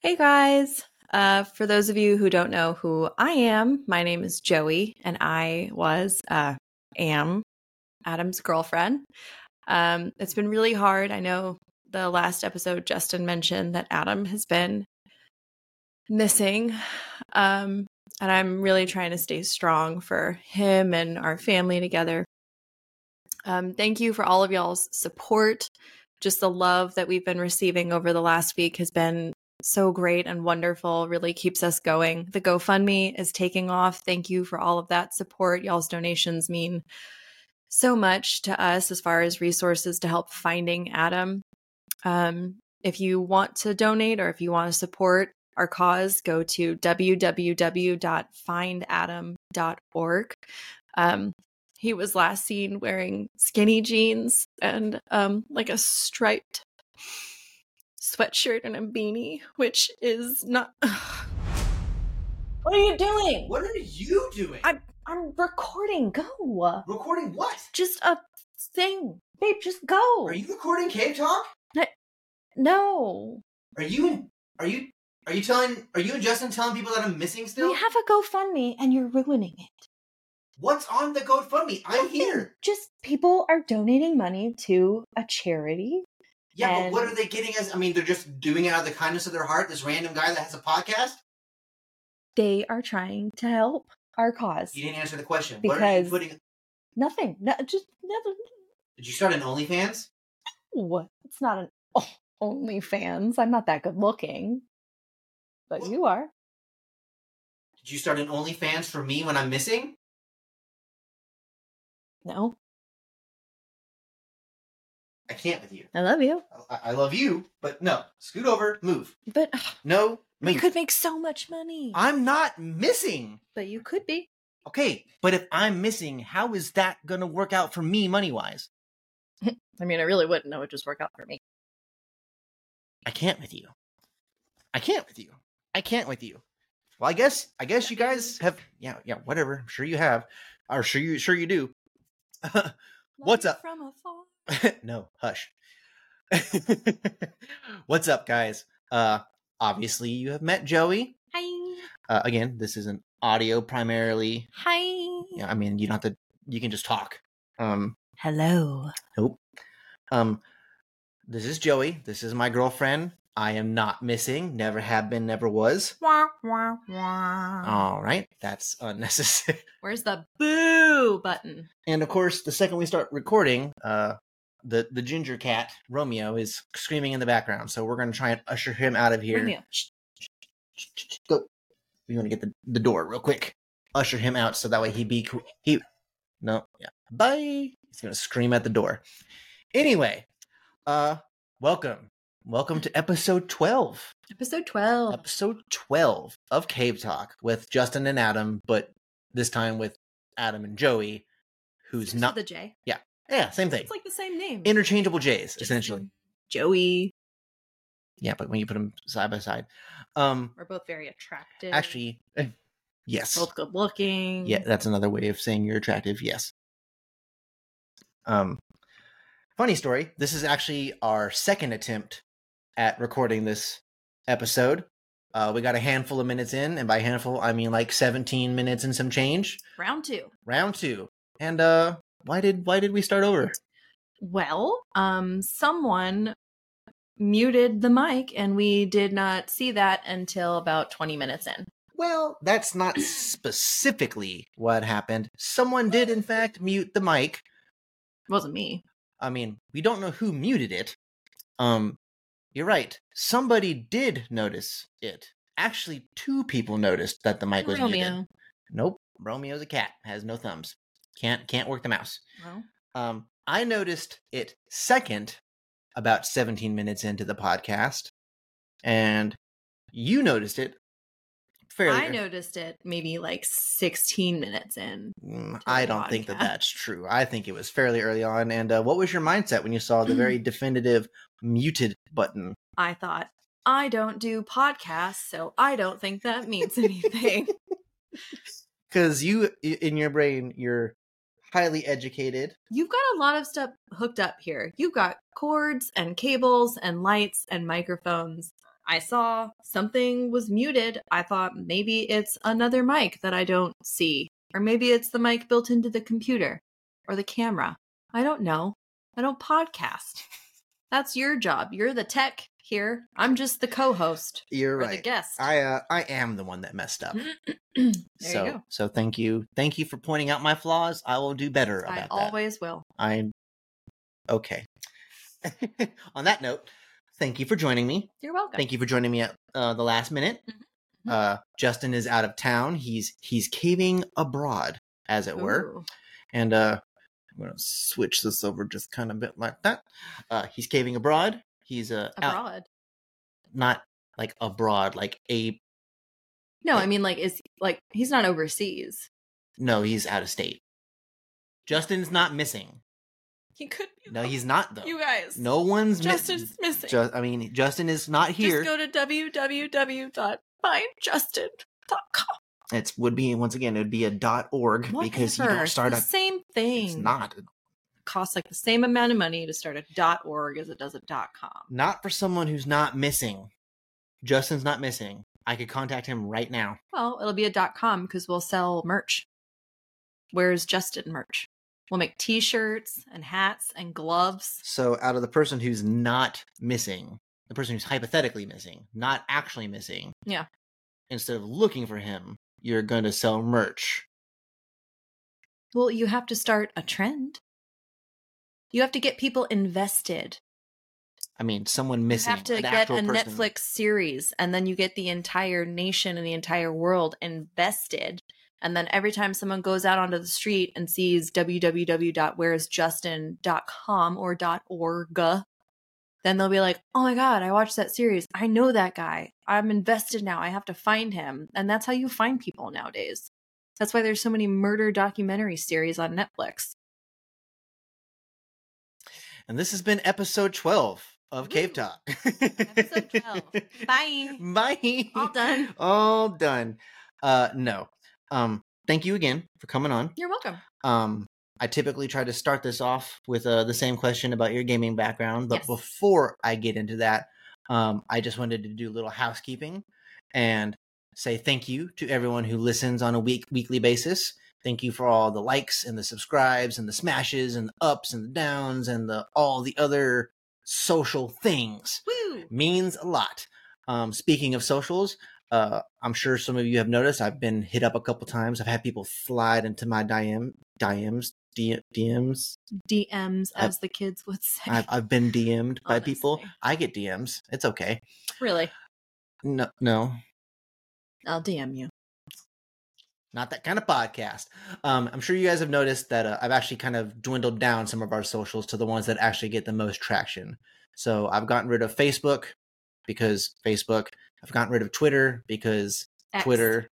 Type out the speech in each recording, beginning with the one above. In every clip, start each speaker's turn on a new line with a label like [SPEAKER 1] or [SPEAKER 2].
[SPEAKER 1] Hey guys! Uh, for those of you who don't know who I am, my name is Joey, and I was, uh, am Adam's girlfriend. Um, it's been really hard. I know the last episode, Justin mentioned that Adam has been missing, um, and I'm really trying to stay strong for him and our family together. Um, thank you for all of y'all's support. Just the love that we've been receiving over the last week has been so great and wonderful. Really keeps us going. The GoFundMe is taking off. Thank you for all of that support. Y'all's donations mean so much to us as far as resources to help finding Adam. Um, if you want to donate or if you want to support our cause, go to www.findadam.org. Um, he was last seen wearing skinny jeans and um, like a striped sweatshirt and a beanie, which is not. What are you doing?
[SPEAKER 2] What are you doing?
[SPEAKER 1] I'm I'm recording. Go.
[SPEAKER 2] recording what?
[SPEAKER 1] Just a thing, babe. Just go.
[SPEAKER 2] Are you recording cave talk?
[SPEAKER 1] no,
[SPEAKER 2] Are you in, are you are you telling are you and Justin telling people that I'm missing still?
[SPEAKER 1] we have a GoFundMe, and you're ruining it.
[SPEAKER 2] What's on the GoFundMe? I'm here.
[SPEAKER 1] Just people are donating money to a charity.
[SPEAKER 2] Yeah,
[SPEAKER 1] And-
[SPEAKER 2] but what are they getting as I mean, they're just doing it out of the kindness of their heart, this random guy that has a podcast?
[SPEAKER 1] They are trying to help our cause.
[SPEAKER 2] You didn't answer the question. what are you
[SPEAKER 1] Because-
[SPEAKER 2] putting
[SPEAKER 1] Nothing. No, just nothing.
[SPEAKER 2] did you start an OnlyFans?
[SPEAKER 1] What? It's not an oh, OnlyFans. I'm not that good looking, but
[SPEAKER 2] Well-
[SPEAKER 1] you are.
[SPEAKER 2] Did you start an OnlyFans for me when I'm missing?
[SPEAKER 1] No,
[SPEAKER 2] I can't with you.
[SPEAKER 1] I love you,
[SPEAKER 2] I, I love you, but no. Scoot over, move.
[SPEAKER 1] but
[SPEAKER 2] No,
[SPEAKER 1] we
[SPEAKER 2] move.
[SPEAKER 1] could make so much money.
[SPEAKER 2] I'm not missing.
[SPEAKER 1] but you could be.
[SPEAKER 2] Okay, but if I'm missing, how is that gonna work out for me money wise?
[SPEAKER 1] I mean, I really wouldn't. It would just work out for me.
[SPEAKER 2] I can't with you. I can't with you. I can't with you. Well, I guess I guess you guys have yeah, yeah, whatever. I'm sure you have. Or sure you sure you do. What's up?
[SPEAKER 1] From afar.
[SPEAKER 2] no, hush. What's up, guys? Uh obviously you have met Joey.
[SPEAKER 1] Hi.
[SPEAKER 2] Uh, again, this is an audio primarily.
[SPEAKER 1] Hi.
[SPEAKER 2] Yeah, I mean, you don't have to you can just talk. Um
[SPEAKER 1] Hello.
[SPEAKER 2] Nope. Um, this is Joey. This is my girlfriend. I am not missing. Never have been. Never was.
[SPEAKER 1] Wah, wah, wah.
[SPEAKER 2] All right, that's unnecessary.
[SPEAKER 1] Where's the boo button?
[SPEAKER 2] And of course, the second we start recording, uh, the the ginger cat Romeo is screaming in the background. So we're gonna try and usher him out of here.
[SPEAKER 1] Romeo. Shh.
[SPEAKER 2] Go. We want to get the, the door real quick. Usher him out so that way he be cool. He no yeah. Bye. He's gonna scream at the door. Anyway, uh, welcome, welcome to episode twelve.
[SPEAKER 1] Episode 12.
[SPEAKER 2] Episode twelve of Cave Talk with Justin and Adam, but this time with Adam and Joey, who's
[SPEAKER 1] Starts
[SPEAKER 2] not
[SPEAKER 1] with a J.
[SPEAKER 2] yeah same thing.
[SPEAKER 1] It's like the same name.
[SPEAKER 2] Interchangeable J's
[SPEAKER 1] Just
[SPEAKER 2] essentially.
[SPEAKER 1] Joey.
[SPEAKER 2] Yeah, but when you put them side by side, um,
[SPEAKER 1] We're both very attractive.
[SPEAKER 2] actually, eh, yes,
[SPEAKER 1] both good looking.
[SPEAKER 2] Yeah, that's another way of saying you're attractive. Yes. Um, funny story. This is actually our second attempt at recording this episode. Uh, we got a handful of minutes in, and by handful, I mean like 17 minutes and some change.
[SPEAKER 1] Round two.
[SPEAKER 2] Round two. And uh, why did why did we start over?
[SPEAKER 1] Well, um, someone muted the mic, and we did not see that until about 20 minutes in.
[SPEAKER 2] Well, that's not specifically what happened. Someone did, in fact, mute the mic.
[SPEAKER 1] It wasn't me.
[SPEAKER 2] I mean, we don't know who muted it. Um, you're right. Somebody did notice it. Actually, two people noticed that the mic was muted.
[SPEAKER 1] Romeo.
[SPEAKER 2] Nope, Romeo's a cat, has no thumbs, can't can't work the mouse.
[SPEAKER 1] Well,
[SPEAKER 2] Um, I noticed it second, about 17 minutes into the podcast, and you noticed it. Fairly,
[SPEAKER 1] I noticed it maybe like 16 minutes in.
[SPEAKER 2] Mm,
[SPEAKER 1] to
[SPEAKER 2] I
[SPEAKER 1] the
[SPEAKER 2] don't think that
[SPEAKER 1] podcast.
[SPEAKER 2] that's true. I think it was fairly early on. And uh, what was your mindset when you saw the very definitive muted button?
[SPEAKER 1] I thought, I don't do podcasts, so I don't think that means anything.
[SPEAKER 2] Because you, i- in your brain, you're highly educated.
[SPEAKER 1] You've got a lot of stuff hooked up here. You've got cords and cables and lights and microphones. I saw something was muted. I thought maybe it's another mic that I don't see, or maybe it's the mic built into the computer or the camera. I don't know. I don't podcast. That's your job. You're the tech here. I'm just the co-host
[SPEAKER 2] You're
[SPEAKER 1] or the
[SPEAKER 2] right.
[SPEAKER 1] guest. Mm-hmm.
[SPEAKER 2] I uh, I am the one that messed up.
[SPEAKER 1] there
[SPEAKER 2] so
[SPEAKER 1] you go.
[SPEAKER 2] so thank you thank you for pointing out my flaws. I will do better about
[SPEAKER 1] I
[SPEAKER 2] that.
[SPEAKER 1] always will.
[SPEAKER 2] I'm okay. On that note, thank you for joining me.
[SPEAKER 1] You're welcome.
[SPEAKER 2] Thank you for joining me at uh, the last minute.
[SPEAKER 1] Mhm. Mhm.
[SPEAKER 2] Uh, Justin is out of town. He's he's caving abroad, as it were.
[SPEAKER 1] Ooh.
[SPEAKER 2] And uh, I'm gonna switch this over just kind of bit like that. Uh, he's caving abroad. He's uh, out,
[SPEAKER 1] Abroad.
[SPEAKER 2] not like abroad, like a
[SPEAKER 1] No, I mean like is like he's not overseas.
[SPEAKER 2] no. He's out of state. Justin's not missing.
[SPEAKER 1] He could be.
[SPEAKER 2] No, he's not though.
[SPEAKER 1] You guys.
[SPEAKER 2] no one's missing.
[SPEAKER 1] Justin's missing.
[SPEAKER 2] Ju- I mean, Justin is not here.
[SPEAKER 1] Just go to www.findjustin.com.
[SPEAKER 2] it would be once again it would be a dot org because you
[SPEAKER 1] Whatever.
[SPEAKER 2] don't
[SPEAKER 1] It's
[SPEAKER 2] start
[SPEAKER 1] the
[SPEAKER 2] a
[SPEAKER 1] same thing.
[SPEAKER 2] it's not
[SPEAKER 1] costs like the same amount of money to start a dot org as it does a dot com.
[SPEAKER 2] not for someone who's not missing justin's not missing i could contact him right now
[SPEAKER 1] Well, it'll be a dot com because we'll sell merch. Where's Justin merch? We'll make T-shirts and hats and gloves.
[SPEAKER 2] so out of the person who's not missing the person who's hypothetically missing not actually missing
[SPEAKER 1] Yeah.
[SPEAKER 2] instead of looking for him you're going to sell merch
[SPEAKER 1] Well, you have to start a trend. You have to get people invested.
[SPEAKER 2] i mean someone
[SPEAKER 1] You
[SPEAKER 2] missing
[SPEAKER 1] have to
[SPEAKER 2] an
[SPEAKER 1] get a
[SPEAKER 2] actual person.
[SPEAKER 1] Netflix series, and then you get the entire nation and the entire world invested. And then every time someone goes out onto the street and sees www.whereisjustin.com or .org, then they'll be like, "Oh my god, I watched that series. I know that guy. I'm invested now. I have to find him." And that's how you find people nowadays. That's why there's so many murder documentary series on Netflix.
[SPEAKER 2] and this has been episode 12 of cave
[SPEAKER 1] Woo.
[SPEAKER 2] talk
[SPEAKER 1] Episode 12. Bye.
[SPEAKER 2] bye
[SPEAKER 1] All done.
[SPEAKER 2] all done uh no um thank you again for coming on
[SPEAKER 1] You're welcome.
[SPEAKER 2] um i typically try to start this off with uh, the same question about your gaming background but
[SPEAKER 1] Yes.
[SPEAKER 2] before i get into that um i just wanted to do a little housekeeping and say thank you to everyone who listens on a week weekly basis thank you for all the likes and the subscribes and the smashes and the ups and the downs and the all the other social things
[SPEAKER 1] Woo.
[SPEAKER 2] means a lot. Um, speaking of socials, uh, I'm sure some of you have noticed I've been hit up a couple times. I've had people slide into my DM, DMs, D- DMs.
[SPEAKER 1] DMs,
[SPEAKER 2] I-
[SPEAKER 1] as the kids would say.
[SPEAKER 2] I've, I've been DM'd by people.
[SPEAKER 1] Honestly.
[SPEAKER 2] I get DMs. It's okay.
[SPEAKER 1] Really?
[SPEAKER 2] No, no,
[SPEAKER 1] I'll DM you.
[SPEAKER 2] not that kind of podcast. Um, I'm sure you guys have noticed that uh, I've actually kind of dwindled down some of our socials to the ones that actually get the most traction. So I've gotten rid of Facebook because Facebook. I've gotten rid of Twitter because
[SPEAKER 1] X.
[SPEAKER 2] Twitter.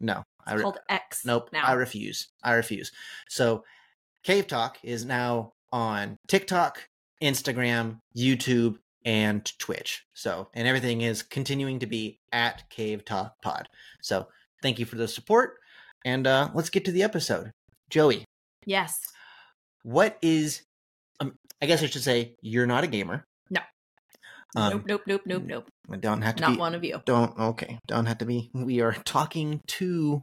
[SPEAKER 2] No,
[SPEAKER 1] It's
[SPEAKER 2] I re-
[SPEAKER 1] called X.
[SPEAKER 2] Nope.
[SPEAKER 1] Now.
[SPEAKER 2] I refuse. I refuse. So Cave Talk is now on TikTok, Instagram, YouTube, and Twitch. So, and everything is continuing to be at Cave Talk Pod. So, thank you for the support. And uh, let's get to the episode. Joey,
[SPEAKER 1] yes.
[SPEAKER 2] what is, um, I guess I should say, you're not a gamer.
[SPEAKER 1] No.
[SPEAKER 2] Um,
[SPEAKER 1] nope. Nope. Nope. Nope. Nope.
[SPEAKER 2] I Don't have to
[SPEAKER 1] Not
[SPEAKER 2] be,
[SPEAKER 1] one of you.
[SPEAKER 2] Don't, okay. Don't have to be. We are talking to,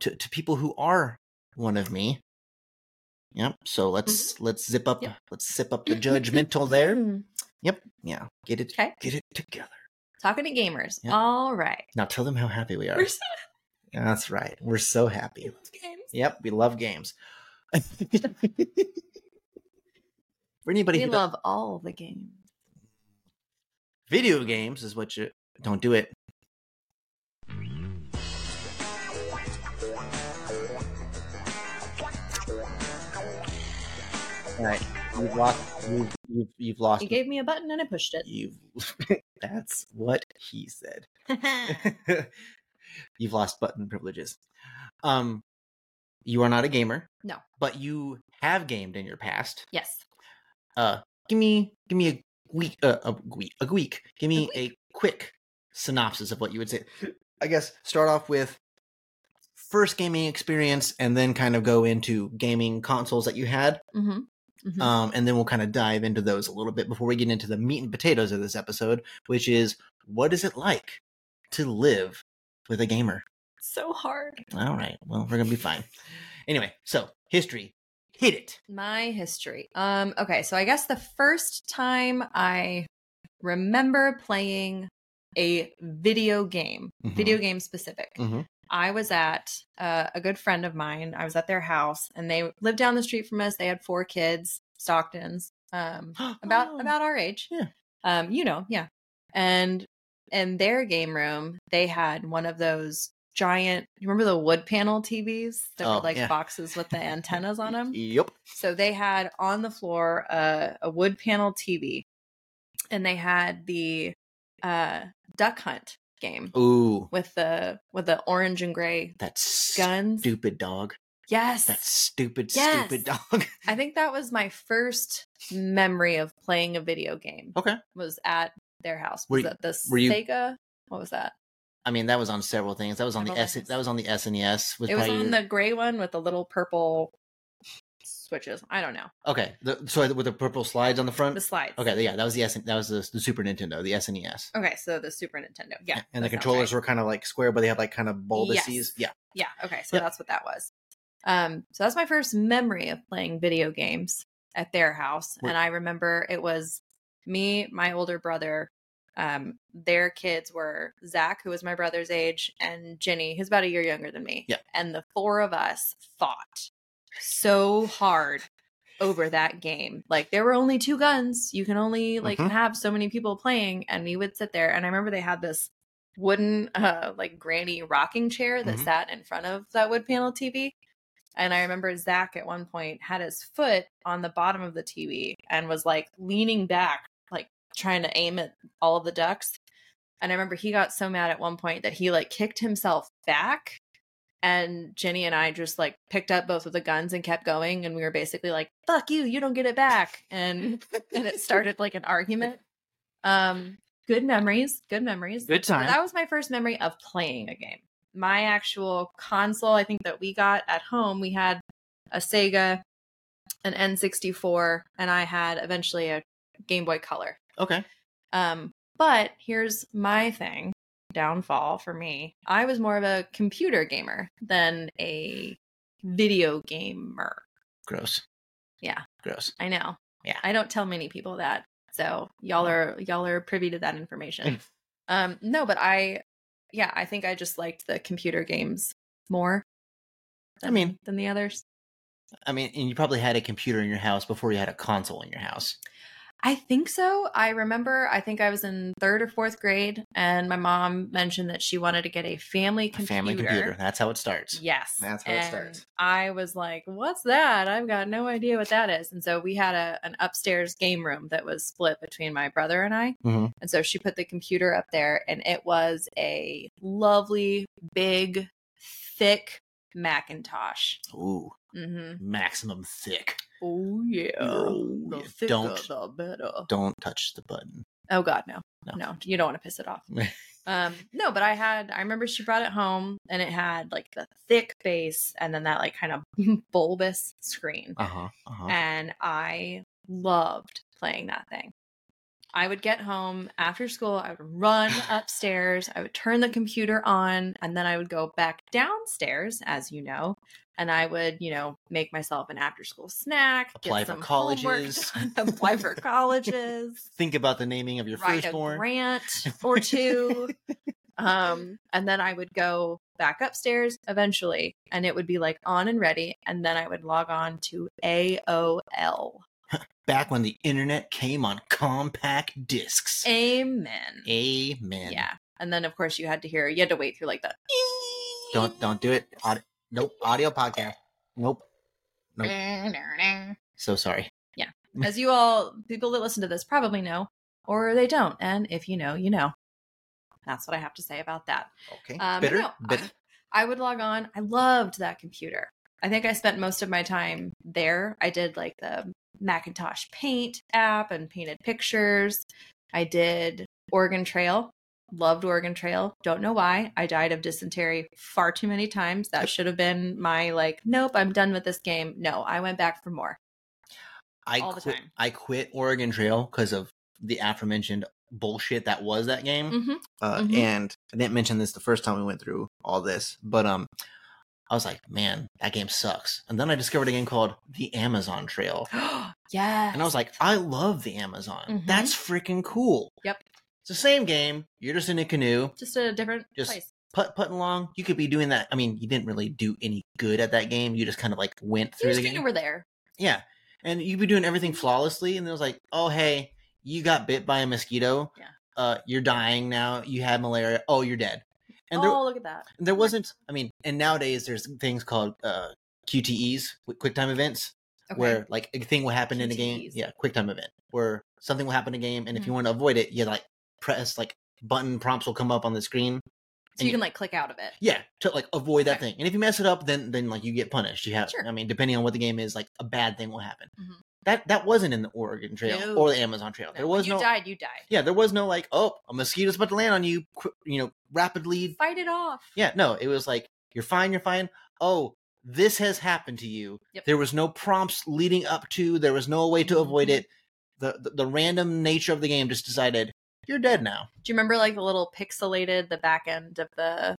[SPEAKER 2] to, to people who are one of me. Yep. So let's let's zip up
[SPEAKER 1] Mm-hmm. Yep.
[SPEAKER 2] let's zip up the judgmental there.
[SPEAKER 1] Mm.
[SPEAKER 2] Yeah. Get it
[SPEAKER 1] Okay.
[SPEAKER 2] get it together.
[SPEAKER 1] Talking to gamers.
[SPEAKER 2] Yep.
[SPEAKER 1] All right.
[SPEAKER 2] Now tell them how happy we are.
[SPEAKER 1] We're so
[SPEAKER 2] That's right. We're so happy.
[SPEAKER 1] happy with games.
[SPEAKER 2] Yep, we love games. For anybody
[SPEAKER 1] We
[SPEAKER 2] who does,
[SPEAKER 1] love all the games.
[SPEAKER 2] video games is what you don't do it. All right, you've lost. You've, you've, you've lost.
[SPEAKER 1] You gave me a button and I pushed it.
[SPEAKER 2] You've that's what he said. You've lost button privileges. Um you are not a gamer.
[SPEAKER 1] No.
[SPEAKER 2] But you have gamed in your past.
[SPEAKER 1] yes.
[SPEAKER 2] Uh give me give me a week uh, a week a week. Give me a, quick synopsis of what you would say. I guess start off with first gaming experience and then kind of go into gaming consoles that you had
[SPEAKER 1] hmm Mhm.
[SPEAKER 2] Um, and then we'll kind of dive into those a little bit before we get into the meat and potatoes of this episode, which is what is it like to live with a gamer?
[SPEAKER 1] so hard.
[SPEAKER 2] All right. Well, we're going to be fine. Anyway, so history. Hit it.
[SPEAKER 1] My history. Um, okay, so I guess the first time I remember playing a video game,
[SPEAKER 2] Mhm.
[SPEAKER 1] video game specific,
[SPEAKER 2] Mhm.
[SPEAKER 1] I was at uh, a good friend of mine. I was at their house, and they lived down the street from us. They had four kids, Stocktons, um, about
[SPEAKER 2] Oh.
[SPEAKER 1] about our age.
[SPEAKER 2] Yeah.
[SPEAKER 1] Um, you know, yeah. And in their game room, they had one of those giant. You remember the wood panel TVs that
[SPEAKER 2] Oh,
[SPEAKER 1] were like
[SPEAKER 2] yeah.
[SPEAKER 1] boxes with the antennas on them?
[SPEAKER 2] Yep.
[SPEAKER 1] So they had on the floor uh, a wood panel TV, and they had the uh, duck hunt game
[SPEAKER 2] Ooh,
[SPEAKER 1] with the with the orange and gray
[SPEAKER 2] that's
[SPEAKER 1] guns.
[SPEAKER 2] stupid dog.
[SPEAKER 1] Yes,
[SPEAKER 2] That stupid,
[SPEAKER 1] Yes.
[SPEAKER 2] stupid dog.
[SPEAKER 1] I think that was my first memory of playing a video game.
[SPEAKER 2] Okay.
[SPEAKER 1] was at their house.
[SPEAKER 2] Were
[SPEAKER 1] Was
[SPEAKER 2] you-
[SPEAKER 1] that the
[SPEAKER 2] were you-
[SPEAKER 1] Sega? What was that?
[SPEAKER 2] I mean, that was on several things. That was on the
[SPEAKER 1] Several
[SPEAKER 2] S.
[SPEAKER 1] things.
[SPEAKER 2] That was on the SNES. Was
[SPEAKER 1] It was
[SPEAKER 2] probably
[SPEAKER 1] on
[SPEAKER 2] your-
[SPEAKER 1] the gray one with the little purple switches. I don't know
[SPEAKER 2] Okay, the, so with the purple slides on the front.
[SPEAKER 1] the slides.
[SPEAKER 2] Oh, Okay, yeah, that was the SN, that was the, the Super Nintendo, the SNES.
[SPEAKER 1] Okay, so the Super Nintendo. Yeah,
[SPEAKER 2] and the
[SPEAKER 1] that sounds
[SPEAKER 2] controllers
[SPEAKER 1] right.
[SPEAKER 2] were kind of like square, but they had like kind of bulbouses.
[SPEAKER 1] Yes.
[SPEAKER 2] Yeah.
[SPEAKER 1] Yeah. Okay. So
[SPEAKER 2] Yep.
[SPEAKER 1] that's what that was. Um, so that's my first memory of playing video games at their house.
[SPEAKER 2] Were-
[SPEAKER 1] And I remember it was me, my older brother, um, their kids were Zach, who was my brother's age, and Jenny, who's about a year younger than me.
[SPEAKER 2] Yeah.
[SPEAKER 1] And the four of us fought so hard over that game. Like there were only two guns. You can only like
[SPEAKER 2] Mhm.
[SPEAKER 1] have so many people playing. And we would sit there and I remember they had this wooden uh like granny rocking chair that
[SPEAKER 2] Mhm.
[SPEAKER 1] sat in front of that wood panel TV. And I remember Zach at one point had his foot on the bottom of the TV and was like leaning back, like trying to aim at all of the ducks. And I remember he got so mad at one point that he like kicked himself back. And Jenny and I just like picked up both of the guns and kept going. And we were basically like, fuck you, you don't get it back. And and it started like an argument. Um, good memories, good memories.
[SPEAKER 2] Good
[SPEAKER 1] So that was my first memory of playing a game. My actual console, I think that we got at home, we had a Sega, an N64, and I had eventually a Game Boy Color.
[SPEAKER 2] Okay.
[SPEAKER 1] Um, but here's my thing downfall for me. I was more of a computer gamer than a video gamer.
[SPEAKER 2] Gross.
[SPEAKER 1] Yeah.
[SPEAKER 2] Gross.
[SPEAKER 1] I know.
[SPEAKER 2] Yeah. Mm.
[SPEAKER 1] I don't tell many people that. So y'all are y'all are privy to that information. um no, but I yeah, I think I just liked the computer games more.
[SPEAKER 2] I mean-
[SPEAKER 1] than the others.
[SPEAKER 2] I mean, and you probably had a computer in your house before you had a console in your house.
[SPEAKER 1] I think so. I remember I think I was in 3rd or 4th grade and my mom mentioned that she wanted to get a family
[SPEAKER 2] A
[SPEAKER 1] computer.
[SPEAKER 2] family computer. That's how it starts.
[SPEAKER 1] Yes.
[SPEAKER 2] That's where it
[SPEAKER 1] And
[SPEAKER 2] starts.
[SPEAKER 1] I was like, what's that? I've got no idea what that is. And so we had a an upstairs game room that was split between my brother and I.
[SPEAKER 2] Mhm.
[SPEAKER 1] And so she put the computer up there and it was a lovely, big, thick Macintosh.
[SPEAKER 2] Ooh,
[SPEAKER 1] Mm-hmm.
[SPEAKER 2] maximum thick.
[SPEAKER 1] Oh yeah.
[SPEAKER 2] Oh,
[SPEAKER 1] The
[SPEAKER 2] yeah.
[SPEAKER 1] thicker,
[SPEAKER 2] Don't.
[SPEAKER 1] the better.
[SPEAKER 2] Don't touch the button.
[SPEAKER 1] Oh God, no,
[SPEAKER 2] No.
[SPEAKER 1] no, you don't want to piss it off. um, no, but I had. I remember she brought it home, and it had like the thick base, and then that like kind of bulbous screen,
[SPEAKER 2] Uh huh. Uh huh.
[SPEAKER 1] and I loved playing that thing. I would get home after school. I would run upstairs. I would turn the computer on, and then I would go back downstairs, as you know, and I would, you know, make myself an after-school snack,
[SPEAKER 2] Apply for
[SPEAKER 1] homework
[SPEAKER 2] colleges.
[SPEAKER 1] done, apply for colleges,
[SPEAKER 2] Think about the naming of your
[SPEAKER 1] write a
[SPEAKER 2] firstborn.
[SPEAKER 1] grant or two. um, and then I would go back upstairs eventually, and it would be like on and ready. And then I would log on to AOL.
[SPEAKER 2] Back when the internet came on compact discs.
[SPEAKER 1] Amen.
[SPEAKER 2] Amen.
[SPEAKER 1] Yeah. And then, of course, you had to hear, you had to wait through like the.
[SPEAKER 2] Don't don't do it. Aud- nope. Audio podcast. Nope. So sorry.
[SPEAKER 1] As you all, people that listen to this probably know, or they don't. And if you know, you know. That's what I have to say about that.
[SPEAKER 2] Okay.
[SPEAKER 1] Um,
[SPEAKER 2] bitter.
[SPEAKER 1] no,
[SPEAKER 2] bitter.
[SPEAKER 1] I, I would log on. I loved that computer. I think I spent most of my time there. I did like the Macintosh Paint app and painted pictures. I did Oregon Trail. Loved Oregon Trail. Don't know why. I died of dysentery far too many times. That should have been my like, nope, I'm done with this game. No, I went back for more.
[SPEAKER 2] I
[SPEAKER 1] all the
[SPEAKER 2] quit,
[SPEAKER 1] time.
[SPEAKER 2] I quit Oregon Trail because of the aforementioned bullshit that was that game.
[SPEAKER 1] hmm
[SPEAKER 2] Uh,
[SPEAKER 1] Mhm.
[SPEAKER 2] And I didn't mention this the first time we went through all this, but um, I was like, man, that game sucks. And then I discovered a game called The Amazon Trail,
[SPEAKER 1] Mm-hmm. yes.
[SPEAKER 2] and I was like, I love the Amazon.
[SPEAKER 1] Mhm.
[SPEAKER 2] That's freaking cool.
[SPEAKER 1] Yep.
[SPEAKER 2] It's the same game. You're just in a canoe,
[SPEAKER 1] just a different
[SPEAKER 2] Just-
[SPEAKER 1] place.
[SPEAKER 2] putt putting along. You could be doing that. I mean, you didn't really do any good at that game. You just kind of like went
[SPEAKER 1] You
[SPEAKER 2] through
[SPEAKER 1] just
[SPEAKER 2] the
[SPEAKER 1] kind
[SPEAKER 2] game.
[SPEAKER 1] of were there.
[SPEAKER 2] Yeah. And you'd be doing everything flawlessly. And it was like, oh, hey, you got bit by a mosquito.
[SPEAKER 1] Yeah.
[SPEAKER 2] Uh, you're dying now. You had malaria. Oh, you're dead. And there,
[SPEAKER 1] oh, look at that.
[SPEAKER 2] there wasn't, I mean, and nowadays there's things called uh, QTEs, qu- quick time events,
[SPEAKER 1] Okay.
[SPEAKER 2] where like a thing will happen in a game.
[SPEAKER 1] QTEs.
[SPEAKER 2] Yeah, quick time event, where something will happen in a game.
[SPEAKER 1] Mm-hmm.
[SPEAKER 2] And if you want to avoid it, you like press like button prompts will come up on the screen.
[SPEAKER 1] so you
[SPEAKER 2] and-
[SPEAKER 1] can like click out of it.
[SPEAKER 2] Yeah, to like avoid that
[SPEAKER 1] Okay.
[SPEAKER 2] thing. And if you mess it up, then then like you get punished. You have,
[SPEAKER 1] Sure.
[SPEAKER 2] I mean, depending on what the game is, like a bad thing will happen.
[SPEAKER 1] Mhm.
[SPEAKER 2] That that wasn't in the Oregon Trail
[SPEAKER 1] No.
[SPEAKER 2] or the Amazon Trail. There
[SPEAKER 1] when
[SPEAKER 2] was
[SPEAKER 1] you
[SPEAKER 2] no,
[SPEAKER 1] died. You died.
[SPEAKER 2] yeah, there was no like, oh, a mosquito's about to land on you, qu- you know, rapidly.
[SPEAKER 1] Fight it off.
[SPEAKER 2] Yeah, no, it was like you're fine, you're fine. Oh, this has happened to you.
[SPEAKER 1] Yep.
[SPEAKER 2] There was no prompts leading up to. There was no way to avoid
[SPEAKER 1] Mhm.
[SPEAKER 2] it. The, the the random nature of the game just decided you're dead now.
[SPEAKER 1] Do you remember like the little pixelated the back end of the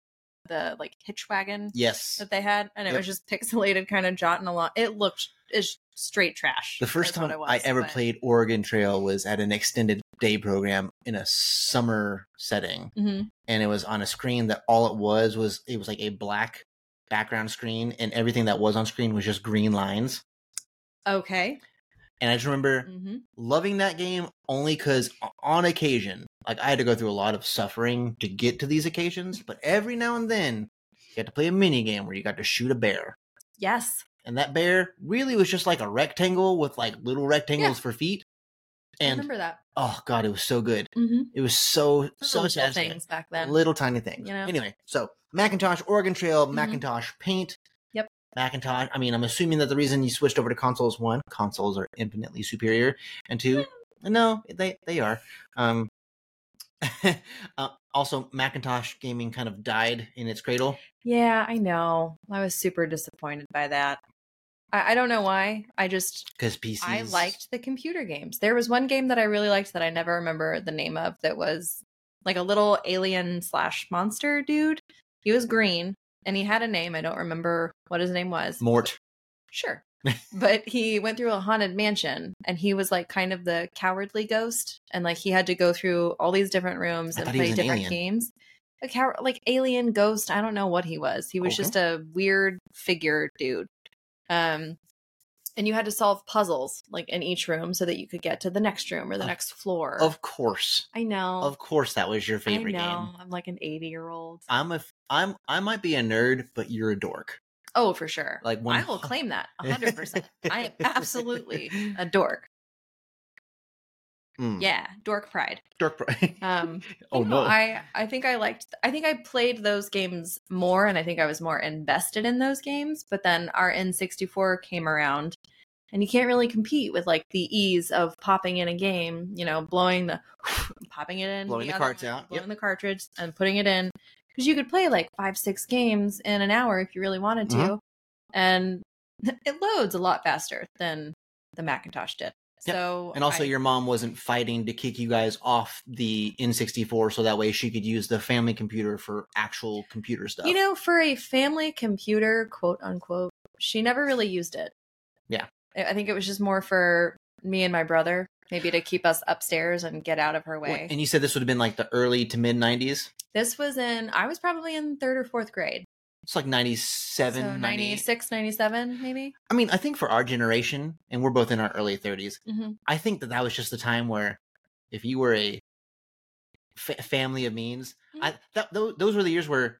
[SPEAKER 1] the like hitch wagon
[SPEAKER 2] Yes.
[SPEAKER 1] that they had, and it
[SPEAKER 2] Yep.
[SPEAKER 1] was just pixelated, kind of jotting along. It looked is straight trash.
[SPEAKER 2] The first
[SPEAKER 1] is what
[SPEAKER 2] time
[SPEAKER 1] it was,
[SPEAKER 2] I ever
[SPEAKER 1] but-
[SPEAKER 2] played Oregon Trail was at an extended day program in a summer setting,
[SPEAKER 1] Mhm.
[SPEAKER 2] and it was on a screen that all it was was it was like a black background screen, and everything that was on screen was just green lines.
[SPEAKER 1] Okay.
[SPEAKER 2] And I just remember
[SPEAKER 1] hmm
[SPEAKER 2] loving that game only because on occasion, like I had to go through a lot of suffering to get to these occasions, but every now and then you had to play a mini game where you got to shoot a bear.
[SPEAKER 1] Yes.
[SPEAKER 2] And that bear really was just like a rectangle with like little rectangles for feet.
[SPEAKER 1] I
[SPEAKER 2] And
[SPEAKER 1] remember that.
[SPEAKER 2] oh god, it was so good.
[SPEAKER 1] Mm-hmm.
[SPEAKER 2] It was so so
[SPEAKER 1] So little
[SPEAKER 2] satisfying.
[SPEAKER 1] things back then.
[SPEAKER 2] Little tiny things.
[SPEAKER 1] You know?
[SPEAKER 2] Anyway, so Macintosh Oregon Trail,
[SPEAKER 1] Mhm.
[SPEAKER 2] Macintosh Paint.
[SPEAKER 1] Yep.
[SPEAKER 2] Macintosh. I mean, I'm assuming that the reason you switched over to consoles one, consoles are infinitely superior, and two, no, they they are. Um, uh, also, Macintosh gaming kind of died in its cradle.
[SPEAKER 1] Yeah, I know. I was super disappointed by that. I, I don't know why. I just
[SPEAKER 2] because PCs.
[SPEAKER 1] I liked the computer games. There was one game that I really liked that I never remember the name of that was like a little alien slash monster dude. He was green and he had a name. I don't remember what his name was.
[SPEAKER 2] Mort.
[SPEAKER 1] Sure. but he went through a haunted mansion and he was like kind of the cowardly ghost and like he had to go through all these different rooms
[SPEAKER 2] I
[SPEAKER 1] and
[SPEAKER 2] thought he
[SPEAKER 1] play
[SPEAKER 2] was an
[SPEAKER 1] different
[SPEAKER 2] alien.
[SPEAKER 1] games. A cow- like alien ghost, I don't know what he was. He was
[SPEAKER 2] Okay.
[SPEAKER 1] just a weird figure dude. Um and you had to solve puzzles like in each room so that you could get to the next room or the
[SPEAKER 2] Of-
[SPEAKER 1] next floor.
[SPEAKER 2] Of course,
[SPEAKER 1] I know.
[SPEAKER 2] of course, that was your
[SPEAKER 1] Oh. I
[SPEAKER 2] favorite
[SPEAKER 1] know.
[SPEAKER 2] game.
[SPEAKER 1] I'm like an 80-year-old.
[SPEAKER 2] I'm a f- I'm I might be a nerd, but you're a dork.
[SPEAKER 1] Oh, for sure.
[SPEAKER 2] Like one,
[SPEAKER 1] I will claim that 100%. I am absolutely a dork.
[SPEAKER 2] Mm.
[SPEAKER 1] Yeah, dork pride.
[SPEAKER 2] Dark Pride.
[SPEAKER 1] Um,
[SPEAKER 2] oh
[SPEAKER 1] you know,
[SPEAKER 2] no.
[SPEAKER 1] I I think I liked. I think I played those games more, and I think I was more invested in those games. But then our N64 came around, and you can't really compete with like the ease of popping in a game. You know, blowing the popping it in,
[SPEAKER 2] Blowing the
[SPEAKER 1] other
[SPEAKER 2] carts
[SPEAKER 1] one,
[SPEAKER 2] out,
[SPEAKER 1] blowing
[SPEAKER 2] yep.
[SPEAKER 1] the cartridge, and putting it in because you could play like five six games in an hour if you really wanted to,
[SPEAKER 2] Mhm.
[SPEAKER 1] and it loads a lot faster than the Macintosh did.
[SPEAKER 2] Yep.
[SPEAKER 1] So
[SPEAKER 2] and also,
[SPEAKER 1] I-
[SPEAKER 2] your mom wasn't fighting to kick you guys off the N64, so that way she could use the family computer for actual computer stuff.
[SPEAKER 1] You know, for a family computer, quote unquote, she never really used it.
[SPEAKER 2] Yeah.
[SPEAKER 1] I I think it was just more for me and my brother, maybe to keep us upstairs and get out of her way.
[SPEAKER 2] and you said this would have been like the early to mid 90s.
[SPEAKER 1] this was in, I was probably in third or fourth grade.
[SPEAKER 2] It's like 97,
[SPEAKER 1] so 96,
[SPEAKER 2] 96.
[SPEAKER 1] 97, maybe.
[SPEAKER 2] I mean, I think for our generation, and we're both in our early 30s,
[SPEAKER 1] Mm-hmm.
[SPEAKER 2] I think that that was just the time where if you were a fa- family of means,
[SPEAKER 1] Mm-hmm.
[SPEAKER 2] I, that, those, those were the years where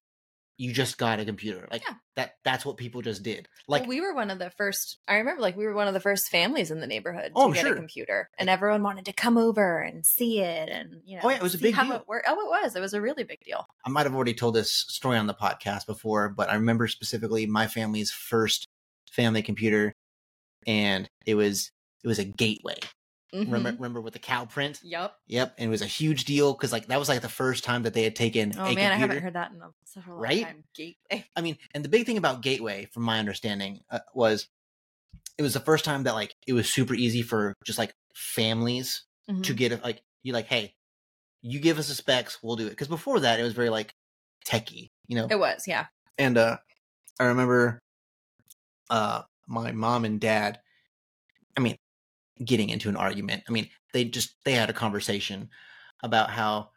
[SPEAKER 2] you just got a computer. Like
[SPEAKER 1] Yeah.
[SPEAKER 2] that that's what people just did.
[SPEAKER 1] Like,
[SPEAKER 2] Like
[SPEAKER 1] we were one of the first, I remember like we were one of the first families in the neighborhood
[SPEAKER 2] Oh,
[SPEAKER 1] to
[SPEAKER 2] I'm
[SPEAKER 1] get
[SPEAKER 2] sure.
[SPEAKER 1] a computer. And everyone wanted to come over and see it and, you know,
[SPEAKER 2] Oh, yeah, it was a
[SPEAKER 1] see
[SPEAKER 2] big
[SPEAKER 1] how
[SPEAKER 2] deal.
[SPEAKER 1] It worked. Oh, it was. It was a really big deal.
[SPEAKER 2] I might have already told this story on the podcast before, but I remember specifically my family's first family computer, and it was it was a gateway. Remember,
[SPEAKER 1] Mhm.
[SPEAKER 2] remember with the cow print?
[SPEAKER 1] Yep.
[SPEAKER 2] Yep, and it was a huge deal because like that was like the first time that they had taken
[SPEAKER 1] Oh
[SPEAKER 2] a
[SPEAKER 1] man, I
[SPEAKER 2] computer.
[SPEAKER 1] haven't heard that in a, such a long
[SPEAKER 2] Right?
[SPEAKER 1] time. Gateway.
[SPEAKER 2] I mean, and the big thing about gateway, from my understanding, uh, was it was the first time that like it was super easy for just like families
[SPEAKER 1] Mhm.
[SPEAKER 2] to get a- like you like hey you give us the specs we'll do it because before that it was very like techie you know
[SPEAKER 1] It was, yeah.
[SPEAKER 2] and uh i remember uh my mom and dad i mean getting into an argument i mean they just they had a conversation about how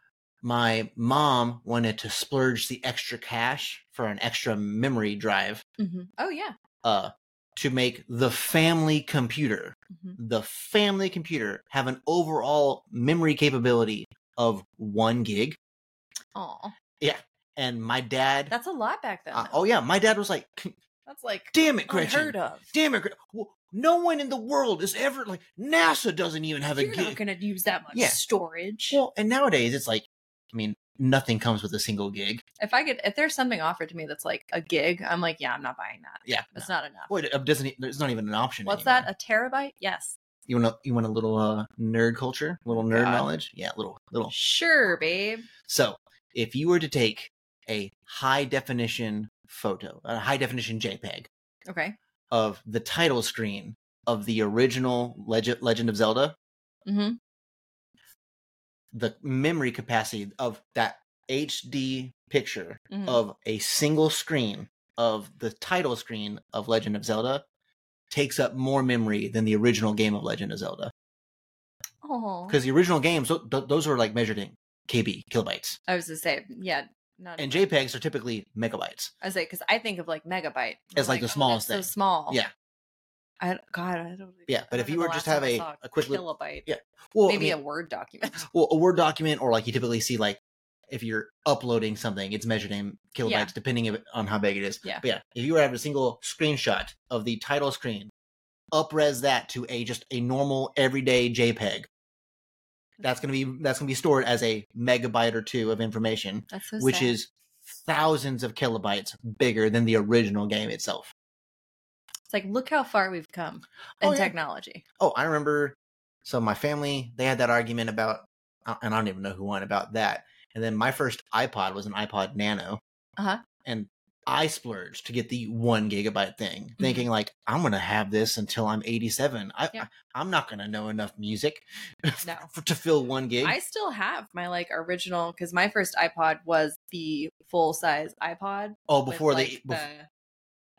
[SPEAKER 2] my mom wanted to splurge the extra cash for an extra memory drive
[SPEAKER 1] hmm Oh yeah.
[SPEAKER 2] uh to make the family computer
[SPEAKER 1] hmm
[SPEAKER 2] the family computer have an overall memory capability of 1 gig
[SPEAKER 1] Oh,
[SPEAKER 2] and my dad
[SPEAKER 1] that's a lot back then.
[SPEAKER 2] uh,
[SPEAKER 1] though.
[SPEAKER 2] oh yeah my dad was like
[SPEAKER 1] that's like
[SPEAKER 2] damn it Gretchen
[SPEAKER 1] unheard of.
[SPEAKER 2] damn it, Gre- well, no one in the world is ever like NASA doesn't even have a
[SPEAKER 1] You're not
[SPEAKER 2] gig.
[SPEAKER 1] going to use that much
[SPEAKER 2] Yeah.
[SPEAKER 1] storage.
[SPEAKER 2] Well, and nowadays it's like, I mean, nothing comes with a single gig.
[SPEAKER 1] if I could, if there's something offered to me that's like a gig, I'm like, yeah, I'm not buying that.
[SPEAKER 2] Yeah,
[SPEAKER 1] That's not enough.
[SPEAKER 2] well, it doesn't. e, There's not even an option.
[SPEAKER 1] What's
[SPEAKER 2] anymore.
[SPEAKER 1] that? A terabyte? Yes.
[SPEAKER 2] You want a, you want a little uh, nerd culture, little nerd
[SPEAKER 1] God.
[SPEAKER 2] knowledge. Yeah, little little.
[SPEAKER 1] Sure, babe.
[SPEAKER 2] So if you were to take a high definition photo, a high definition JPEG
[SPEAKER 1] Okay.
[SPEAKER 2] of the title screen of the original Legend Legend of Zelda,
[SPEAKER 1] Mm-hmm.
[SPEAKER 2] the memory capacity of that HD picture
[SPEAKER 1] hmm
[SPEAKER 2] of a single screen of the title screen of Legend of Zelda takes up more memory than the original game of Legend of Zelda.
[SPEAKER 1] Oh,
[SPEAKER 2] Because the original games, tho- tho- those are like measured in KB, kilobytes.
[SPEAKER 1] I was to say, yeah, not.
[SPEAKER 2] And JPEGs are typically megabytes.
[SPEAKER 1] I was like, because I think of like megabyte
[SPEAKER 2] It's like the
[SPEAKER 1] oh,
[SPEAKER 2] smallest
[SPEAKER 1] that's
[SPEAKER 2] thing.
[SPEAKER 1] So small.
[SPEAKER 2] Yeah.
[SPEAKER 1] I God, I don't.
[SPEAKER 2] Yeah, but
[SPEAKER 1] I
[SPEAKER 2] if you
[SPEAKER 1] remember
[SPEAKER 2] were
[SPEAKER 1] the
[SPEAKER 2] just
[SPEAKER 1] last
[SPEAKER 2] have
[SPEAKER 1] time I
[SPEAKER 2] a-
[SPEAKER 1] saw
[SPEAKER 2] a quick little-
[SPEAKER 1] kilobyte,
[SPEAKER 2] Yeah. Well,
[SPEAKER 1] maybe
[SPEAKER 2] I
[SPEAKER 1] a
[SPEAKER 2] mean,
[SPEAKER 1] word document.
[SPEAKER 2] well, a Word document, or like you typically see, like if you're uploading something, it's measured in kilobytes,
[SPEAKER 1] Yeah.
[SPEAKER 2] depending of- on how big it is.
[SPEAKER 1] Yeah.
[SPEAKER 2] But yeah, if you were to have a single screenshot of the title screen, upres that to a just a normal everyday JPEG, that's gonna be that's gonna be stored as a megabyte or two of information,
[SPEAKER 1] That's so
[SPEAKER 2] which
[SPEAKER 1] sad.
[SPEAKER 2] is thousands of kilobytes bigger than the original game itself.
[SPEAKER 1] it's like look how far we've come in
[SPEAKER 2] Oh, yeah.
[SPEAKER 1] technology.
[SPEAKER 2] Oh, I remember. So my family they had that argument about, uh, and I don't even know who won about that. And then my first iPod was an iPod Nano,
[SPEAKER 1] Uh-huh.
[SPEAKER 2] and I splurged to get the one gigabyte thing,
[SPEAKER 1] Mm-hmm.
[SPEAKER 2] thinking like I'm gonna have this until I'm 87. I,
[SPEAKER 1] Yeah.
[SPEAKER 2] I am not gonna know enough music
[SPEAKER 1] No.
[SPEAKER 2] for, to fill one gig.
[SPEAKER 1] I still have my like original because my first iPod was the full size iPod.
[SPEAKER 2] oh,
[SPEAKER 1] with,
[SPEAKER 2] before
[SPEAKER 1] like,
[SPEAKER 2] they, bef-
[SPEAKER 1] the-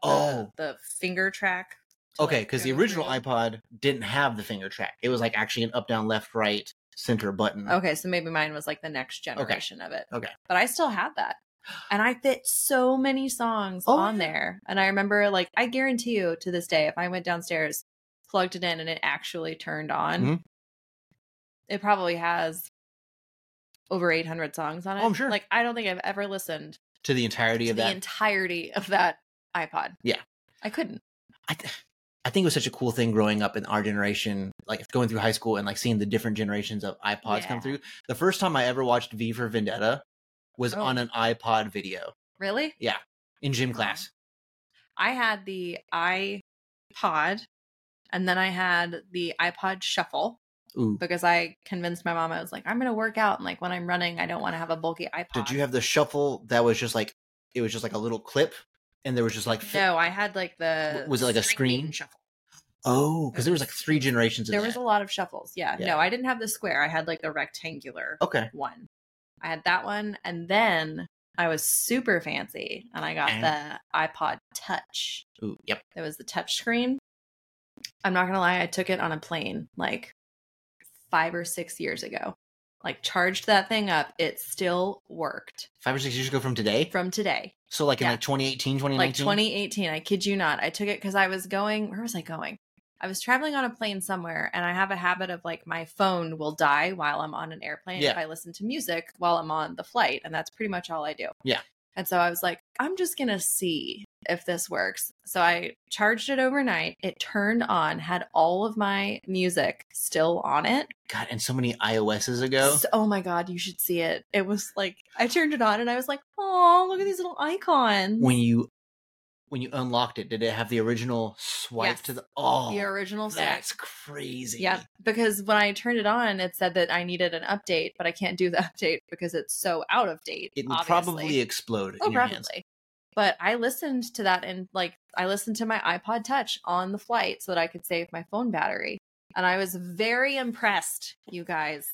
[SPEAKER 2] oh,
[SPEAKER 1] the finger track. to,
[SPEAKER 2] Okay,
[SPEAKER 1] like,
[SPEAKER 2] because the
[SPEAKER 1] go
[SPEAKER 2] original
[SPEAKER 1] through.
[SPEAKER 2] iPod didn't have the finger track. It was like actually an up, down, left, right, center button.
[SPEAKER 1] Okay, so maybe mine was like the next generation of it.
[SPEAKER 2] Okay.
[SPEAKER 1] but I still have that, and I fit so many songs
[SPEAKER 2] Oh,
[SPEAKER 1] on
[SPEAKER 2] yeah.
[SPEAKER 1] there. And I remember, like, I guarantee you to this day, if I went downstairs, plugged it in, and it actually turned on,
[SPEAKER 2] Mhm.
[SPEAKER 1] it probably has over 800 songs on it.
[SPEAKER 2] Oh, I'm sure.
[SPEAKER 1] Like, I don't think I've ever listened
[SPEAKER 2] To the entirety
[SPEAKER 1] to
[SPEAKER 2] of
[SPEAKER 1] the
[SPEAKER 2] that.
[SPEAKER 1] entirety of that iPod.
[SPEAKER 2] Yeah.
[SPEAKER 1] I couldn't.
[SPEAKER 2] I, th- I think it was such a cool thing growing up in our generation, like going through high school and like seeing the different generations of iPods
[SPEAKER 1] Yeah.
[SPEAKER 2] come through. The first time I ever watched V for Vendetta was
[SPEAKER 1] Oh. Uh-huh.
[SPEAKER 2] on an iPod video
[SPEAKER 1] Really?
[SPEAKER 2] in gym
[SPEAKER 1] Wow.
[SPEAKER 2] class.
[SPEAKER 1] I had the iPod and then I had the iPod Shuffle
[SPEAKER 2] Ooh.
[SPEAKER 1] because I convinced my mom I was like, I'm going to work out. And like when I'm running, I don't want to have a bulky iPod.
[SPEAKER 2] Did you have the shuffle that was just like, it was just like a little clip and there was just like, fi-
[SPEAKER 1] No, I had like the.
[SPEAKER 2] Was it like a
[SPEAKER 1] string
[SPEAKER 2] screen?
[SPEAKER 1] Shuffle.
[SPEAKER 2] oh, because there was like three generations of
[SPEAKER 1] There
[SPEAKER 2] that.
[SPEAKER 1] was a lot of shuffles. Yeah.
[SPEAKER 2] Yeah.
[SPEAKER 1] No, I didn't have the square. I had like the rectangular
[SPEAKER 2] okay.
[SPEAKER 1] one. I had that one. And then I was super fancy and I got
[SPEAKER 2] And-
[SPEAKER 1] the iPod Touch.
[SPEAKER 2] Ooh, yep.
[SPEAKER 1] There was the touch screen. I'm not gonna lie, I took it on a plane like five or six years ago. Like charged that thing up, it still worked
[SPEAKER 2] Five or six years ago from today.
[SPEAKER 1] from today,
[SPEAKER 2] So like in
[SPEAKER 1] Yeah.
[SPEAKER 2] like 2018,
[SPEAKER 1] like
[SPEAKER 2] 2019.
[SPEAKER 1] 2018. I kid you not. I took it because I was going. Where was I going? I was traveling on a plane somewhere, and I have a habit of like my phone will die while I'm on an airplane
[SPEAKER 2] Yeah.
[SPEAKER 1] if I listen to music while I'm on the flight, and that's pretty much all I do.
[SPEAKER 2] Yeah.
[SPEAKER 1] And so I was like, I'm just gonna see if this works. So I charged it overnight. It turned on, had all of my music still on it.
[SPEAKER 2] God, and so many iOSs ago.
[SPEAKER 1] So- oh my god, you should see it. It was like I turned it on, and I was like, oh, look at these little icons.
[SPEAKER 2] when you when you unlocked it, did it have the original swipe to
[SPEAKER 1] Yes.
[SPEAKER 2] the oh
[SPEAKER 1] the original set.
[SPEAKER 2] that's crazy.
[SPEAKER 1] Yeah, because when I turned it on, it said that I needed an update, but I can't do the update because it's so out of date.
[SPEAKER 2] It would
[SPEAKER 1] obviously.
[SPEAKER 2] probably explode
[SPEAKER 1] oh
[SPEAKER 2] in your hands.
[SPEAKER 1] probably. But I listened to that and like I listened to my iPod Touch on the flight so that I could save my phone battery. And I was very impressed, you guys.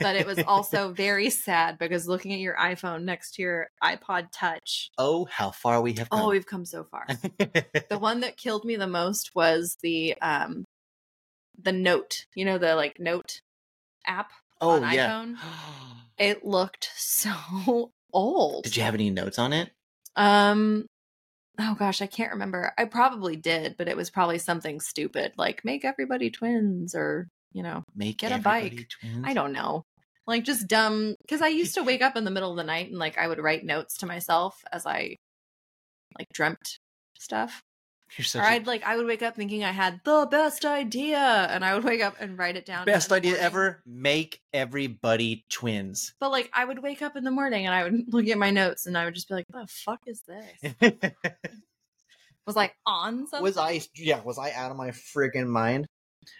[SPEAKER 1] But it was also very sad because looking at your iPhone next to your iPod Touch,
[SPEAKER 2] oh, how far we have come.
[SPEAKER 1] oh, we've come so far. the one that killed me the most was the um the note, you know, the like note app
[SPEAKER 2] oh,
[SPEAKER 1] on
[SPEAKER 2] yeah.
[SPEAKER 1] it looked so old.
[SPEAKER 2] Did you have any notes on it?
[SPEAKER 1] Um oh gosh, I can't remember. I probably did, but it was probably something stupid like make everybody twins or, you know,
[SPEAKER 2] Make
[SPEAKER 1] Get a
[SPEAKER 2] everybody
[SPEAKER 1] bike.
[SPEAKER 2] Twins?
[SPEAKER 1] I don't know. Like just dumb cuz I used to wake up in the middle of the night and like I would write notes to myself as I like dreamt stuff.
[SPEAKER 2] You're such
[SPEAKER 1] Or I'd like I would wake up thinking I had the best idea and I would wake up and write it
[SPEAKER 2] a
[SPEAKER 1] down.
[SPEAKER 2] best
[SPEAKER 1] in the
[SPEAKER 2] idea
[SPEAKER 1] morning.
[SPEAKER 2] ever. Make everybody twins.
[SPEAKER 1] But like I would wake up in the morning and I would look at my notes and I would just be like, "The fuck is this?" Was like on something.
[SPEAKER 2] was I? Yeah, was I out of my friggin' mind?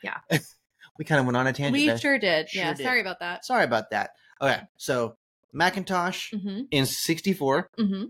[SPEAKER 1] Yeah.
[SPEAKER 2] we kind of went on a tangent.
[SPEAKER 1] we
[SPEAKER 2] there.
[SPEAKER 1] sure did.
[SPEAKER 2] Sure
[SPEAKER 1] yeah,
[SPEAKER 2] did.
[SPEAKER 1] sorry about that.
[SPEAKER 2] Sorry about that. Okay, so Macintosh
[SPEAKER 1] Mm-hmm.
[SPEAKER 2] in '64.
[SPEAKER 1] Mm-hmm.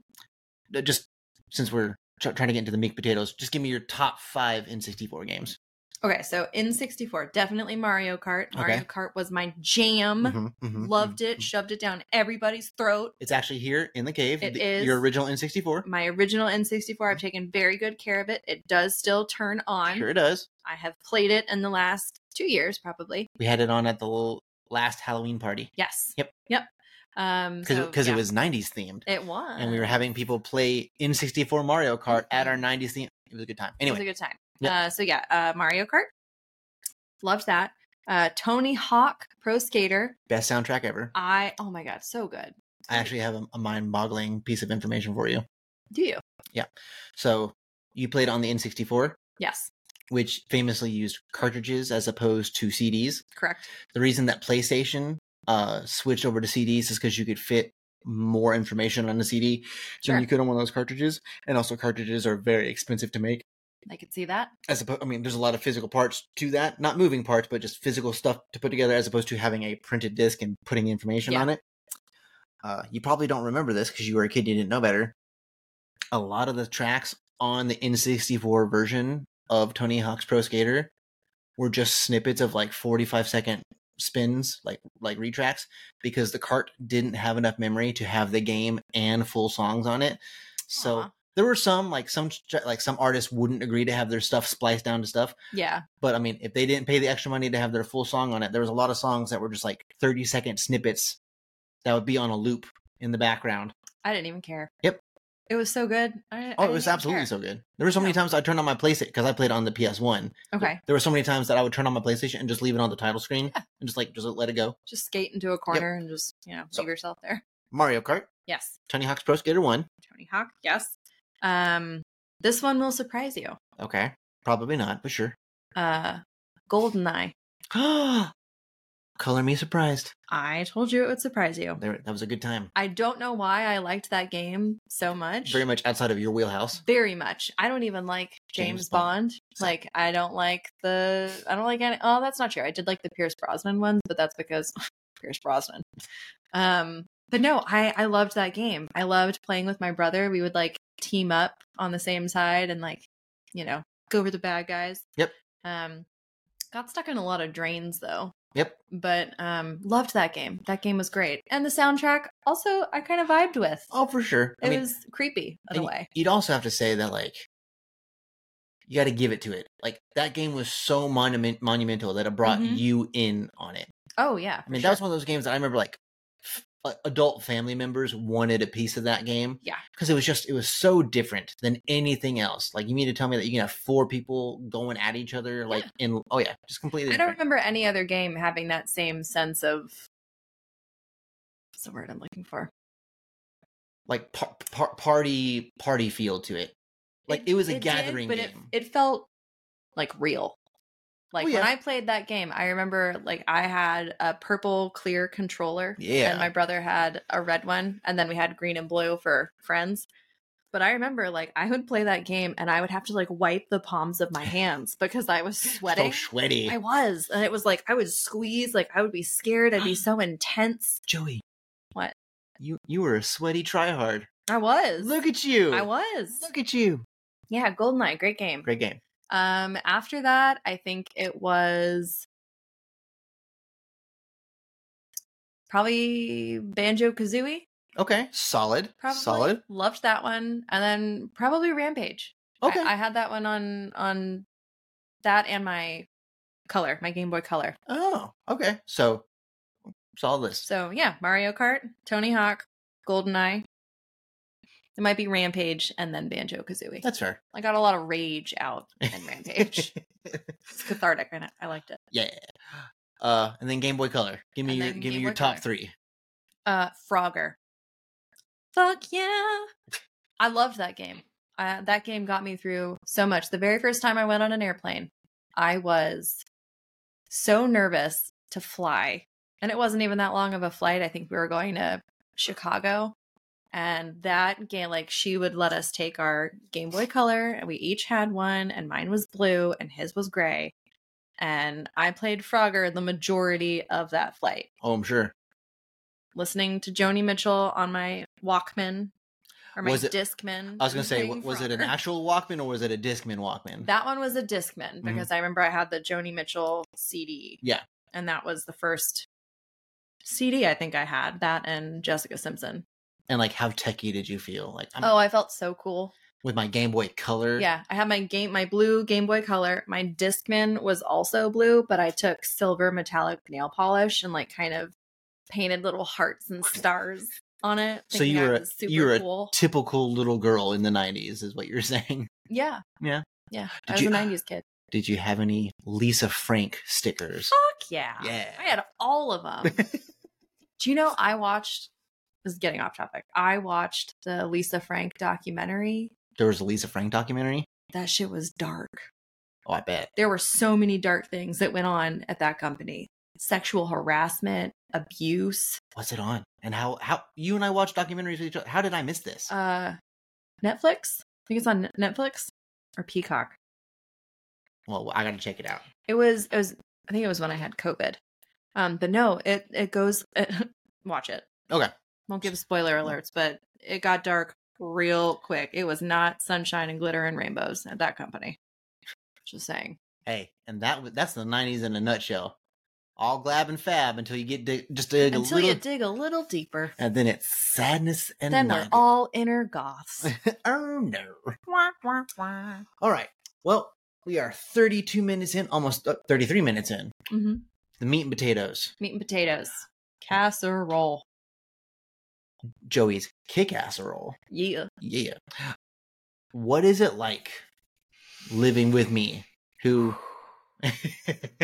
[SPEAKER 2] uh, Just since we're tr- trying to get into the meat potatoes, just give me your top five in '64
[SPEAKER 1] Um,
[SPEAKER 2] games.
[SPEAKER 1] Okay, so in '64, definitely Mario Kart. Mario
[SPEAKER 2] Okay.
[SPEAKER 1] Kart was my jam.
[SPEAKER 2] Mhm, mhm,
[SPEAKER 1] Loved
[SPEAKER 2] mhm,
[SPEAKER 1] it.
[SPEAKER 2] mhm.
[SPEAKER 1] Shoved it down everybody's throat.
[SPEAKER 2] It's actually here in the cave.
[SPEAKER 1] It
[SPEAKER 2] the-
[SPEAKER 1] is.
[SPEAKER 2] your original N64.
[SPEAKER 1] My original N64. I've taken very good care of it. It does still turn on.
[SPEAKER 2] Mm-hmm. Sure, it does.
[SPEAKER 1] I have played it in the last two years, probably.
[SPEAKER 2] We had it on at the l- last Halloween party
[SPEAKER 1] Yes.
[SPEAKER 2] Yep.
[SPEAKER 1] Yep. Um.
[SPEAKER 2] because
[SPEAKER 1] so,
[SPEAKER 2] because
[SPEAKER 1] yeah.
[SPEAKER 2] it was '90s themed.
[SPEAKER 1] It was.
[SPEAKER 2] and we were having people play in 64 Mario Kart at our 90s theme. It was a good time.
[SPEAKER 1] Mm-hmm. It
[SPEAKER 2] Anyway,
[SPEAKER 1] was a good time.
[SPEAKER 2] Yep.
[SPEAKER 1] Uh, so yeah, uh, Mario Kart. Loved that. Uh, Tony Hawk Pro Skater.
[SPEAKER 2] best soundtrack ever.
[SPEAKER 1] I oh my god, so good.
[SPEAKER 2] I actually have a, a mind-boggling piece of information for you.
[SPEAKER 1] Do you?
[SPEAKER 2] So you played on the N64,
[SPEAKER 1] Yes,
[SPEAKER 2] which famously used cartridges as opposed to CDs.
[SPEAKER 1] correct.
[SPEAKER 2] The reason that PlayStation uh, switched over to CDs is because you could fit more information on a CD
[SPEAKER 1] Sure,
[SPEAKER 2] than you could on one of those cartridges, and also cartridges are very expensive to make.
[SPEAKER 1] I could see that.
[SPEAKER 2] as opposed, I mean, there's a lot of physical parts to that, not moving parts, but just physical stuff to put together, as opposed to having a printed disc and putting information
[SPEAKER 1] Yeah.
[SPEAKER 2] on it. Uh, you probably don't remember this because you were a kid, you didn't know better. A lot of the tracks on the N64 version of Tony Hawk's Pro Skater were just snippets of like 45 second spins, like like retracks, because the cart didn't have enough memory to have the game and full songs on it. So
[SPEAKER 1] Aw.
[SPEAKER 2] there were some like some like some artists wouldn't agree to have their stuff spliced down to stuff
[SPEAKER 1] Yeah,
[SPEAKER 2] but i mean if they didn't pay the extra money to have their full song on it there was a lot of songs that were just like 30 second snippets that would be on a loop in the background
[SPEAKER 1] I didn't even care.
[SPEAKER 2] Yep.
[SPEAKER 1] it was so good. I, I
[SPEAKER 2] oh it
[SPEAKER 1] didn't
[SPEAKER 2] was
[SPEAKER 1] even
[SPEAKER 2] absolutely
[SPEAKER 1] care.
[SPEAKER 2] so good there were so many
[SPEAKER 1] Yeah.
[SPEAKER 2] times i turned on my playstation because i played on the ps1
[SPEAKER 1] Okay,
[SPEAKER 2] there were so many times that i would turn on my playstation and just leave it on the title screen and just like just let it go
[SPEAKER 1] just skate into a corner and just you know
[SPEAKER 2] So-
[SPEAKER 1] leave yourself there.
[SPEAKER 2] mario kart
[SPEAKER 1] Yes,
[SPEAKER 2] tony hawk's pro skater 1
[SPEAKER 1] Tony Hawk. Yes. Um, this one will surprise you.
[SPEAKER 2] okay probably not but sure
[SPEAKER 1] Uh, Goldeneye.
[SPEAKER 2] color me surprised
[SPEAKER 1] I told you it would surprise you.
[SPEAKER 2] there, that was a good time
[SPEAKER 1] I don't know why I liked that game so much.
[SPEAKER 2] very much outside of your wheelhouse
[SPEAKER 1] Very much. I don't even like James,
[SPEAKER 2] James
[SPEAKER 1] Bond.
[SPEAKER 2] Bond.
[SPEAKER 1] Like I don't like the I don't like any oh that's not true. I did like the Pierce Brosnan ones, but that's because Pierce Brosnan. Um but no, I I loved that game. I loved playing with my brother. We would like team up on the same side and like, you know, go over the bad guys.
[SPEAKER 2] Yep.
[SPEAKER 1] Um got stuck in a lot of drains though
[SPEAKER 2] yep
[SPEAKER 1] but um loved that game that game was great and the soundtrack also i kind of vibed with
[SPEAKER 2] oh for sure
[SPEAKER 1] it was creepy in a
[SPEAKER 2] And
[SPEAKER 1] way
[SPEAKER 2] You'd also have to say that like you got to give it to it. Like that game was so monument monumental that it brought
[SPEAKER 1] Mhm.
[SPEAKER 2] you in on it.
[SPEAKER 1] oh yeah
[SPEAKER 2] I
[SPEAKER 1] for
[SPEAKER 2] mean,
[SPEAKER 1] sure.
[SPEAKER 2] that's one of those games that I remember like f- like, adult family members wanted a piece of that game.
[SPEAKER 1] Yeah.
[SPEAKER 2] because it was just it was so different than anything else. Like you mean to tell me that you can have four people going at each other like in oh yeah, just completely.
[SPEAKER 1] i don't
[SPEAKER 2] different.
[SPEAKER 1] remember any other game having that same sense of what's the word i'm looking for
[SPEAKER 2] like par- par- party party feel to it. Like it, was a
[SPEAKER 1] did,
[SPEAKER 2] gathering
[SPEAKER 1] but
[SPEAKER 2] game.
[SPEAKER 1] It, it felt like real like
[SPEAKER 2] Oh,
[SPEAKER 1] when
[SPEAKER 2] yeah.
[SPEAKER 1] i played that game i remember like i had a purple clear controller
[SPEAKER 2] yeah,
[SPEAKER 1] and my brother had a red one and then we had green and blue for friends but i remember like i would play that game and i would have to like wipe the palms of my hands because i was sweating
[SPEAKER 2] so sweaty.
[SPEAKER 1] i was and it was like i would squeeze like i would be scared i'd be so intense
[SPEAKER 2] Joey.
[SPEAKER 1] What?
[SPEAKER 2] You you were a sweaty tryhard.
[SPEAKER 1] I was.
[SPEAKER 2] Look at you.
[SPEAKER 1] I was.
[SPEAKER 2] Look at you.
[SPEAKER 1] Yeah, Goldeneye, great game.
[SPEAKER 2] Great game.
[SPEAKER 1] Um, after that, I think it was probably Banjo Kazooie.
[SPEAKER 2] Okay. Solid.
[SPEAKER 1] Probably
[SPEAKER 2] Solid.
[SPEAKER 1] loved that one, and then probably Rampage. I-
[SPEAKER 2] Okay.
[SPEAKER 1] I, had that one on on that and my color, my Game Boy Color.
[SPEAKER 2] oh, okay. So solid list.
[SPEAKER 1] So yeah, Mario Kart, Tony Hawk, Goldeneye. It might be Rampage and then Banjo Kazooie.
[SPEAKER 2] That's fair.
[SPEAKER 1] I got a lot of rage out in Rampage. it's cathartic, and I- I liked it.
[SPEAKER 2] yeah. Uh, and then Game Boy Color. Give me
[SPEAKER 1] And
[SPEAKER 2] your
[SPEAKER 1] then
[SPEAKER 2] give me
[SPEAKER 1] Game
[SPEAKER 2] your
[SPEAKER 1] Boy
[SPEAKER 2] top
[SPEAKER 1] Color.
[SPEAKER 2] three.
[SPEAKER 1] Uh, Frogger. Fuck yeah! I loved that game. Uh, that game got me through so much. The very first time I went on an airplane, I was so nervous to fly, and it wasn't even that long of a flight. I think we were going to Chicago, and that game, like she would let us take our Game Boy Color, and we each had one, and mine was blue, and his was gray, and I played Frogger the majority of that flight
[SPEAKER 2] Oh, I'm sure.
[SPEAKER 1] listening to Joni Mitchell on my Walkman or my
[SPEAKER 2] Was it-
[SPEAKER 1] Discman.
[SPEAKER 2] I was gonna
[SPEAKER 1] and
[SPEAKER 2] say,
[SPEAKER 1] playing
[SPEAKER 2] was it an
[SPEAKER 1] Frogger.
[SPEAKER 2] actual Walkman or was it a Discman Walkman?
[SPEAKER 1] That one was a Discman because I remember I had the Joni Mitchell CD.
[SPEAKER 2] Mm-hmm. Yeah.
[SPEAKER 1] And that was the first CD I think I had, that and Jessica Simpson.
[SPEAKER 2] and like, how techie did you feel? Like, I'm,
[SPEAKER 1] Oh, I felt so cool.
[SPEAKER 2] with my Game Boy Color.
[SPEAKER 1] Yeah, I had my game, my blue Game Boy Color. My Discman was also blue, but I took silver metallic nail polish and like kind of painted little hearts and stars on it.
[SPEAKER 2] So
[SPEAKER 1] thinking
[SPEAKER 2] you
[SPEAKER 1] I
[SPEAKER 2] were a-
[SPEAKER 1] was
[SPEAKER 2] you were a
[SPEAKER 1] cool.
[SPEAKER 2] Typical little girl in the '90s is what you're saying.
[SPEAKER 1] Yeah.
[SPEAKER 2] Yeah.
[SPEAKER 1] Yeah. I
[SPEAKER 2] Did
[SPEAKER 1] was
[SPEAKER 2] you-
[SPEAKER 1] a 90s kid.
[SPEAKER 2] Did you have any Lisa Frank stickers?
[SPEAKER 1] Fuck yeah. Oh, I
[SPEAKER 2] Yeah.
[SPEAKER 1] had all of them. Do you know I watched this is getting off topic. I watched the Lisa Frank documentary.
[SPEAKER 2] There was a Lisa Frank documentary.
[SPEAKER 1] That shit was dark.
[SPEAKER 2] Oh, I bet.
[SPEAKER 1] There were so many dark things that went on at that company. Sexual harassment, abuse,
[SPEAKER 2] What's it on? And how how you and I watched documentaries with each other? How did I miss this?
[SPEAKER 1] uh Netflix? I think it's on Netflix or Peacock.
[SPEAKER 2] well, I got to check it out.
[SPEAKER 1] It was it was I think it was when I had COVID. Um but no, it it goes watch it.
[SPEAKER 2] Okay.
[SPEAKER 1] Won't give spoiler alerts, but it got dark real quick. It was not sunshine and glitter and rainbows at that company. Just saying.
[SPEAKER 2] Hey, and that wa- that's the '90s in a nutshell. All glab and fab until you get dig, just dig
[SPEAKER 1] Until
[SPEAKER 2] a little,
[SPEAKER 1] you dig a little deeper.
[SPEAKER 2] and then it's sadness and
[SPEAKER 1] Then we're
[SPEAKER 2] nugget.
[SPEAKER 1] all inner goths.
[SPEAKER 2] oh no. All right. Well, we are 32 minutes in, almost uh, 33 minutes in.
[SPEAKER 1] hmm
[SPEAKER 2] The meat and potatoes.
[SPEAKER 1] Meat and potatoes. Casserole.
[SPEAKER 2] Joey's kick casserole.
[SPEAKER 1] Yeah.
[SPEAKER 2] Yeah. What is it like living with me? Who?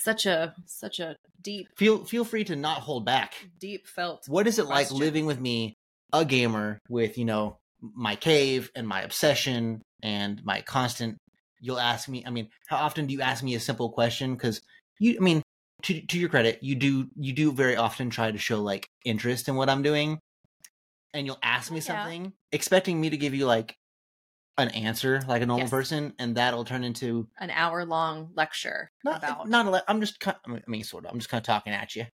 [SPEAKER 1] Such a such a deep,
[SPEAKER 2] feel feel free to not hold back.
[SPEAKER 1] deep felt.
[SPEAKER 2] What is it like
[SPEAKER 1] Question.
[SPEAKER 2] living with me, a gamer, with you know my cave and my obsession and my constant? You'll ask me. I mean, how often do you ask me a simple question? Because you, I mean, to to your credit, you do you do very often try to show like interest in what I'm doing, and you'll ask
[SPEAKER 1] Oh,
[SPEAKER 2] me
[SPEAKER 1] yeah.
[SPEAKER 2] something, expecting me to give you like an answer like a normal
[SPEAKER 1] Yes.
[SPEAKER 2] person, and that'll turn into
[SPEAKER 1] An hour long lecture
[SPEAKER 2] not,
[SPEAKER 1] about
[SPEAKER 2] not a lot. I'm just kind I mean, sort of. I'm just kind of talking at you.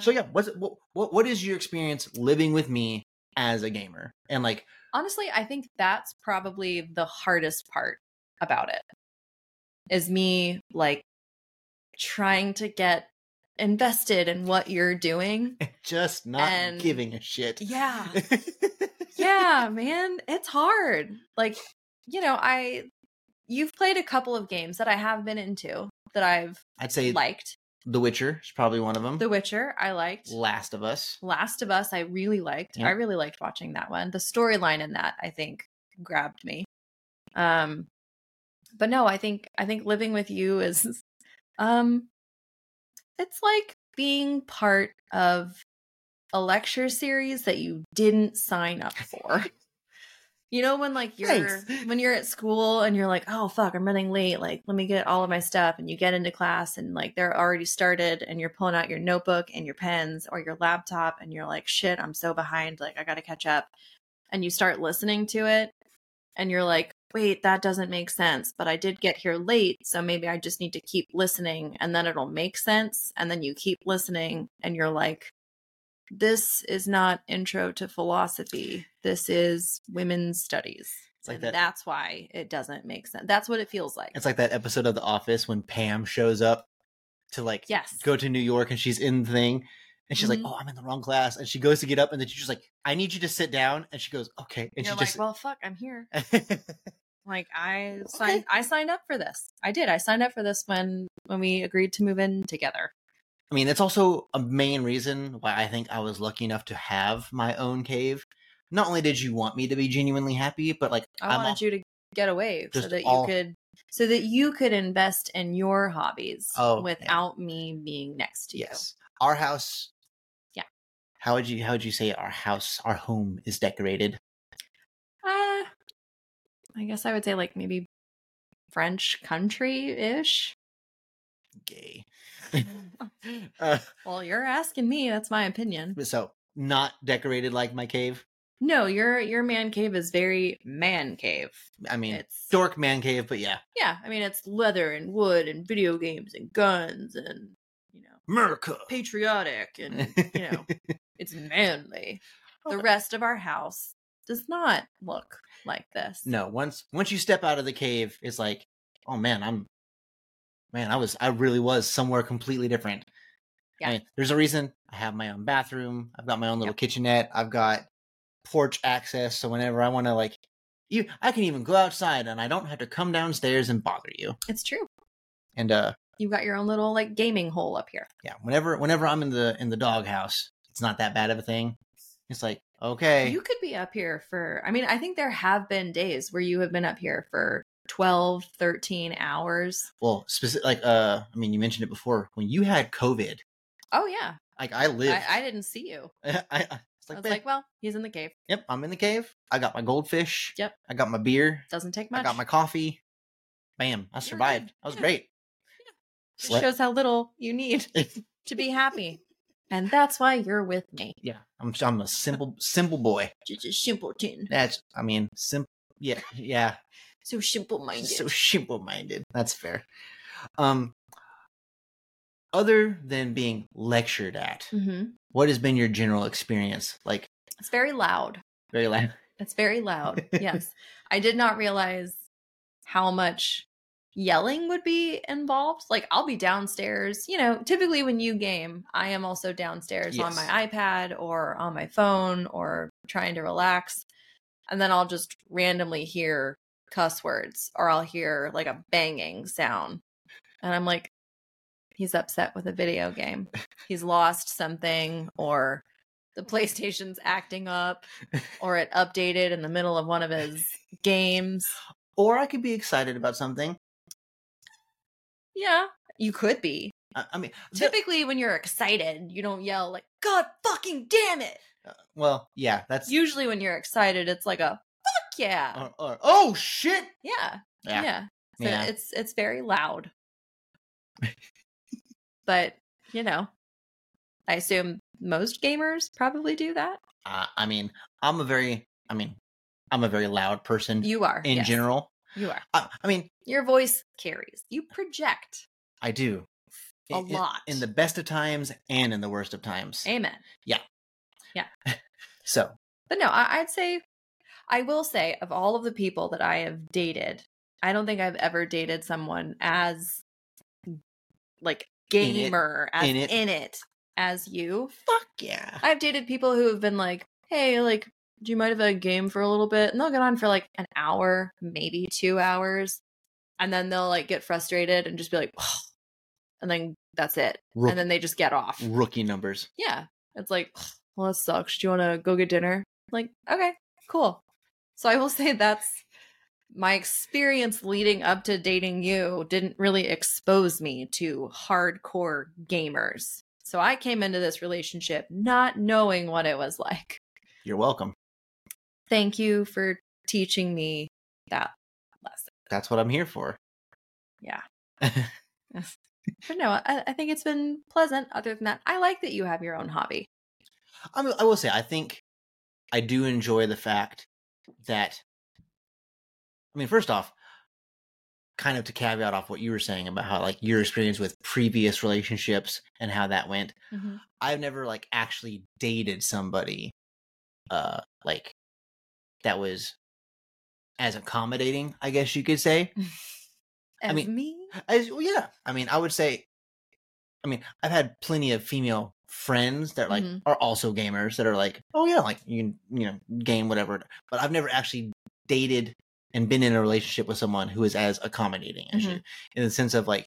[SPEAKER 2] So yeah, what's what, what what is your experience living with me as a gamer? And like,
[SPEAKER 1] honestly, I think that's probably the hardest part about it is me like trying to get invested in what you're doing.
[SPEAKER 2] just not
[SPEAKER 1] And-
[SPEAKER 2] giving a shit.
[SPEAKER 1] Yeah. yeah, man, it's hard. Like, you know, I you've played a couple of games that I have been into that I've
[SPEAKER 2] I'd say
[SPEAKER 1] liked.
[SPEAKER 2] The Witcher is probably one of them.
[SPEAKER 1] The Witcher, I liked.
[SPEAKER 2] Last of Us.
[SPEAKER 1] Last of Us, I really liked.
[SPEAKER 2] Yeah.
[SPEAKER 1] I really liked watching that one. The storyline in that, I think, grabbed me. Um, but no, I think I think living with you is, um, it's like being part of a lecture series that you didn't sign up for. You know when like you're
[SPEAKER 2] Thanks.
[SPEAKER 1] when you're at school and you're like, "Oh fuck, I'm running late. Like, let me get all of my stuff." And you get into class and like they're already started and you're pulling out your notebook and your pens or your laptop and you're like, "Shit, I'm so behind. Like, I got to catch up." And you start listening to it and you're like, "Wait, that doesn't make sense, but I did get here late, so maybe I just need to keep listening and then it'll make sense." And then you keep listening and you're like, this is not intro to philosophy. This is women's studies.
[SPEAKER 2] It's like
[SPEAKER 1] And
[SPEAKER 2] that-
[SPEAKER 1] That's why it doesn't make sense. That's what it feels like.
[SPEAKER 2] It's like that episode of The Office when Pam shows up to like
[SPEAKER 1] yes.
[SPEAKER 2] go to New York and she's in the thing and she's
[SPEAKER 1] Mhm.
[SPEAKER 2] like, Oh, I'm in the wrong class. And she goes to get up and the teacher's like, I need you to sit down. And she goes, Okay.
[SPEAKER 1] You're
[SPEAKER 2] And she
[SPEAKER 1] like,
[SPEAKER 2] just
[SPEAKER 1] well, fuck, I'm here.
[SPEAKER 2] It's
[SPEAKER 1] Like I signed, I signed up for this. I did. I signed up for this when when we agreed to move in together.
[SPEAKER 2] I mean, that's also a main reason why I think I was lucky enough to have my own cave. Not only did you want me to be genuinely happy, but like
[SPEAKER 1] I
[SPEAKER 2] I'm
[SPEAKER 1] wanted
[SPEAKER 2] al-
[SPEAKER 1] you to get away so
[SPEAKER 2] Just
[SPEAKER 1] that
[SPEAKER 2] all-
[SPEAKER 1] you could so that you could invest in your hobbies
[SPEAKER 2] Oh, yeah.
[SPEAKER 1] without me being next to
[SPEAKER 2] yes, our house.
[SPEAKER 1] Yeah.
[SPEAKER 2] How would you how would you say our house, our home is decorated?
[SPEAKER 1] you. Uh, I guess I would say like maybe French country ish.
[SPEAKER 2] Gay. uh,
[SPEAKER 1] well, you're asking me. That's my opinion.
[SPEAKER 2] so not decorated like my cave.
[SPEAKER 1] No, your your man cave is very man cave.
[SPEAKER 2] I mean,
[SPEAKER 1] It's
[SPEAKER 2] dork man cave, but yeah,
[SPEAKER 1] yeah. I mean, it's leather and wood and video games and guns and you know
[SPEAKER 2] America.
[SPEAKER 1] patriotic and you know it's manly. The rest of our house does not look like this.
[SPEAKER 2] no, once once you step out of the cave, it's like, oh man, I'm, man, I was, I really was somewhere completely different.
[SPEAKER 1] Yeah.
[SPEAKER 2] I mean, there's a reason I have my own bathroom. I've got my own little kitchenette. I've got porch access, so whenever I want to, like, you, I can even go outside, and I don't have to come downstairs and bother you.
[SPEAKER 1] it's true.
[SPEAKER 2] And uh,
[SPEAKER 1] You've got your own little like gaming hole up here.
[SPEAKER 2] yeah, whenever whenever I'm in the in the doghouse, it's not that bad of a thing. It's like, okay,
[SPEAKER 1] You could be up here for I mean, I think there have been days where you have been up here for 12, 13 hours.
[SPEAKER 2] well, specific, like, uh, I mean, you mentioned it before when you had COVID.
[SPEAKER 1] Oh yeah.
[SPEAKER 2] Like I lived.
[SPEAKER 1] I, I didn't see you.
[SPEAKER 2] I, I- it's
[SPEAKER 1] I
[SPEAKER 2] like,
[SPEAKER 1] was
[SPEAKER 2] "Man,
[SPEAKER 1] like, well, he's in the cave.
[SPEAKER 2] yep, I'm in the cave. I got my goldfish.
[SPEAKER 1] Yep.
[SPEAKER 2] I got my beer.
[SPEAKER 1] Doesn't take
[SPEAKER 2] I
[SPEAKER 1] much.
[SPEAKER 2] got my coffee. Bam! I
[SPEAKER 1] good.
[SPEAKER 2] survived. I was
[SPEAKER 1] Yeah.
[SPEAKER 2] great.
[SPEAKER 1] Just
[SPEAKER 2] Slept.
[SPEAKER 1] shows how little you need to be happy. And that's why you're with me.
[SPEAKER 2] yeah, I'm I'm a simple simple boy.
[SPEAKER 1] Just a simpleton.
[SPEAKER 2] That's I mean simple. Yeah, yeah.
[SPEAKER 1] So simple minded.
[SPEAKER 2] So simple minded. That's fair. Um. Other than being lectured at,
[SPEAKER 1] mm-hmm.
[SPEAKER 2] what has been your general experience? Like
[SPEAKER 1] It's very loud.
[SPEAKER 2] very loud.
[SPEAKER 1] It's very loud. yes. I did not realize how much yelling would be involved. Like, I'll be downstairs. You know, typically when you game, I am also downstairs on
[SPEAKER 2] Yes.
[SPEAKER 1] my iPad or on my phone or trying to relax. And then I'll just randomly hear cuss words or I'll hear like a banging sound. And I'm like, he's upset with a video game. He's lost something or the PlayStation's acting up or it updated in the middle of one of his games.
[SPEAKER 2] Or I could be excited about something.
[SPEAKER 1] Yeah, you could be.
[SPEAKER 2] I, I mean, the-
[SPEAKER 1] Typically, when you're excited, you don't yell like "God fucking damn it."
[SPEAKER 2] uh, well, yeah, that's
[SPEAKER 1] Usually, when you're excited, it's like a "fuck yeah,
[SPEAKER 2] or, or oh shit
[SPEAKER 1] yeah,
[SPEAKER 2] yeah
[SPEAKER 1] yeah." So
[SPEAKER 2] Yeah.
[SPEAKER 1] it's it's very loud, but you know, I assume most gamers probably do that.
[SPEAKER 2] Uh, i mean i'm a very i mean i'm a very loud person
[SPEAKER 1] You are
[SPEAKER 2] in
[SPEAKER 1] yes,
[SPEAKER 2] general
[SPEAKER 1] You are.
[SPEAKER 2] I, I mean
[SPEAKER 1] Your voice carries. You project
[SPEAKER 2] i do
[SPEAKER 1] a
[SPEAKER 2] In- in-
[SPEAKER 1] lot.
[SPEAKER 2] in, the best of times and in the worst of times
[SPEAKER 1] amen.
[SPEAKER 2] so
[SPEAKER 1] But no, I, I'd say, I will say, of all of the people that I have dated, I don't think I've ever dated someone as like
[SPEAKER 2] In it.
[SPEAKER 1] gamer, as
[SPEAKER 2] In it.
[SPEAKER 1] in it as you.
[SPEAKER 2] fuck yeah
[SPEAKER 1] I've dated people who have been like, hey, like, do you mind if I game for a little bit? And they'll get on for like an hour, maybe two hours. And then they'll like get frustrated and just be like, and then that's it.
[SPEAKER 2] Rook-
[SPEAKER 1] And then they just get off.
[SPEAKER 2] rookie numbers
[SPEAKER 1] Yeah. It's like, well, that sucks. Do you want to go get dinner? Like, okay, cool. So I will say that's my experience leading up to dating you didn't really expose me to hardcore gamers. So I came into this relationship not knowing what it was like.
[SPEAKER 2] you're welcome
[SPEAKER 1] Thank you for teaching me that lesson.
[SPEAKER 2] that's what i'm here for
[SPEAKER 1] Yeah. But no, I, I think it's been pleasant. Other than that, I like that you have your own hobby.
[SPEAKER 2] I, mean, I will say i think i do enjoy the fact that i mean first off kind of to caveat off what you were saying about how like your experience with previous relationships and how that went.
[SPEAKER 1] Mhm.
[SPEAKER 2] I've never like actually dated somebody uh like that was as accommodating, I guess you could say.
[SPEAKER 1] As
[SPEAKER 2] mean-
[SPEAKER 1] me?
[SPEAKER 2] As well, yeah. I mean, I would say I mean, I've had plenty of female friends that like
[SPEAKER 1] Mhm.
[SPEAKER 2] are also gamers that are like, "Oh yeah, like you can, you know, game whatever." But I've never actually dated and been in a relationship with someone who is as accommodating as you in the sense of like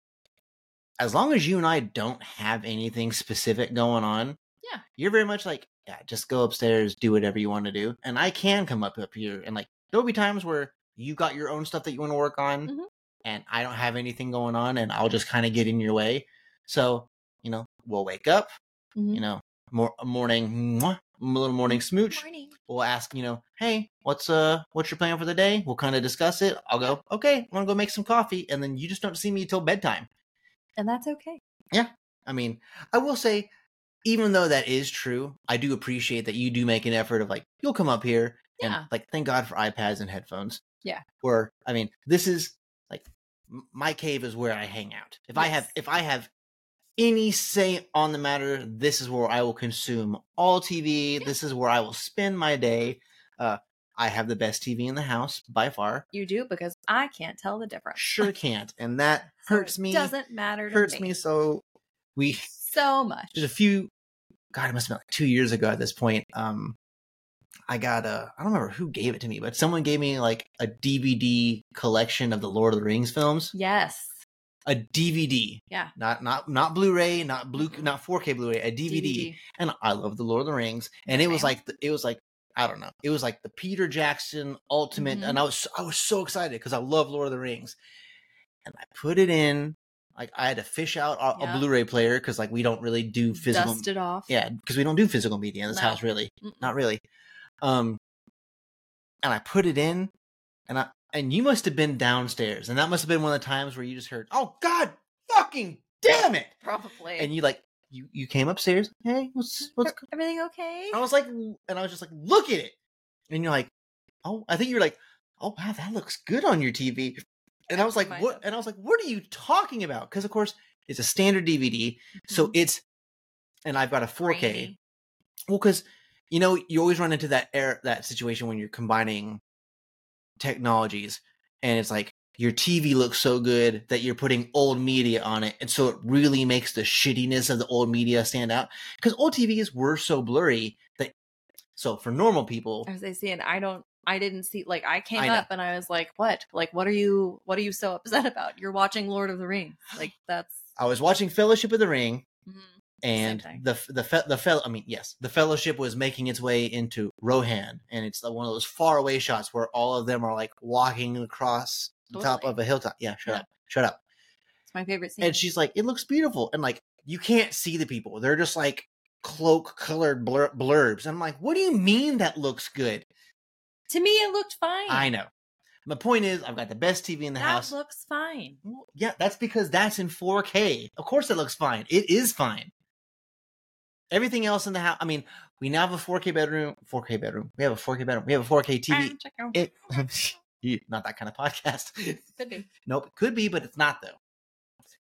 [SPEAKER 2] as long as you and I don't have anything specific going on,
[SPEAKER 1] Yeah.
[SPEAKER 2] you're very much like, yeah, just go upstairs, do whatever you want to do, and I can come up up here and like there'll be times where you got your own stuff that you want to work on,
[SPEAKER 1] Mhm.
[SPEAKER 2] and I don't have anything going on, and I'll just kind of get in your way. So you know, we'll wake up,
[SPEAKER 1] Mhm.
[SPEAKER 2] you know, more a morning, mwah, a little morning smooch. We'll ask, you know, hey, what's uh, what's your plan for the day? We'll kind of discuss it. I'll go, okay, I'm gonna go make some coffee, and then you just don't see me till bedtime.
[SPEAKER 1] And that's okay.
[SPEAKER 2] I mean, I will say, even though that is true, I do appreciate that you do make an effort of like, you'll come up here and
[SPEAKER 1] Yeah.
[SPEAKER 2] like, thank God for iPads and headphones.
[SPEAKER 1] Yeah.
[SPEAKER 2] Where, I mean, this is like, m- my cave is where I hang out. If I have,
[SPEAKER 1] Yes.
[SPEAKER 2] if I have any say on the matter, this is where I will consume all TV. This is where I will spend my day. Uh, I have the best TV in the house by far.
[SPEAKER 1] You do because I can't tell the difference.
[SPEAKER 2] Sure can't. And that
[SPEAKER 1] So
[SPEAKER 2] hurts
[SPEAKER 1] it
[SPEAKER 2] me.
[SPEAKER 1] Doesn't matter. To
[SPEAKER 2] Hurts
[SPEAKER 1] me.
[SPEAKER 2] me. So we,
[SPEAKER 1] so much.
[SPEAKER 2] there's a few god it must have been like two years ago at this point um i got a i don't remember who gave it to me but someone gave me like a dvd collection of the lord of the rings films
[SPEAKER 1] Yes.
[SPEAKER 2] a dvd
[SPEAKER 1] Yeah.
[SPEAKER 2] not not not blu-ray not blue not 4k blu-ray a DVD, and i love the lord of the rings and it was
[SPEAKER 1] Okay.
[SPEAKER 2] like the, it was like i don't know it was like the peter jackson ultimate
[SPEAKER 1] Mhm.
[SPEAKER 2] and i was i was so excited because i love lord of the rings and i put it in like i had to fish out a,
[SPEAKER 1] Yeah.
[SPEAKER 2] a bluray player because like we don't really do physical
[SPEAKER 1] Dust it off.
[SPEAKER 2] yeah, because we don't do physical media in this
[SPEAKER 1] No.
[SPEAKER 2] house, really.
[SPEAKER 1] Mm-mm.
[SPEAKER 2] Not really. Um, and I put it in, and I and you must have been downstairs, and that must have been one of the times where you just heard, "Oh God, fucking damn it!"
[SPEAKER 1] Probably.
[SPEAKER 2] And you like you you came upstairs. Hey, what's what's?
[SPEAKER 1] Er- everything okay?
[SPEAKER 2] I was like, and I was just like, look at it, and you're like, oh, I think you're like, oh wow, that looks good on your TV. And I was like,
[SPEAKER 1] Might
[SPEAKER 2] what?
[SPEAKER 1] have.
[SPEAKER 2] And I was like, what are you talking about? Because of course it's a standard DVD,
[SPEAKER 1] Mm-hmm.
[SPEAKER 2] so it's, and I've got a 4K.
[SPEAKER 1] Grainy.
[SPEAKER 2] Well, because you know you always run into that air that situation when you're combining technologies, and it's like your TV looks so good that you're putting old media on it, and so it really makes the shittiness of the old media stand out. Because old TVs were so blurry that so for normal people,
[SPEAKER 1] As I see, and I don't. I didn't see. Like I came
[SPEAKER 2] I know.
[SPEAKER 1] up and I was like, "What? Like what are you? What are you so upset about? You're watching Lord of the Rings. Like that's."
[SPEAKER 2] I was watching Fellowship of the Ring,
[SPEAKER 1] Mhm.
[SPEAKER 2] and
[SPEAKER 1] thing.
[SPEAKER 2] the the fe- the fellow I mean yes the fellowship was making its way into Rohan and it's the- one of those far away shots where all of them are like walking across the top
[SPEAKER 1] Totally.
[SPEAKER 2] of a hilltop yeah shut
[SPEAKER 1] Yeah.
[SPEAKER 2] up shut up
[SPEAKER 1] It's my favorite scene.
[SPEAKER 2] and she's like it looks beautiful and like you can't see the people they're just like cloak colored blur- blurbs I'm like what do you mean that looks good
[SPEAKER 1] to me, it looked fine.
[SPEAKER 2] I know my point is I've got the best TV in the
[SPEAKER 1] that
[SPEAKER 2] house
[SPEAKER 1] looks fine.
[SPEAKER 2] Well, yeah, that's because that's in 4K. Of course, it looks fine. It is fine. Everything else in the house. I mean, we now have a 4K bedroom. 4K bedroom. We have a 4K bedroom. We have a 4K TV.
[SPEAKER 1] Ah, check out.
[SPEAKER 2] It, Yeah, not that kind of podcast.
[SPEAKER 1] Could be.
[SPEAKER 2] nope, it could be, but it's not though.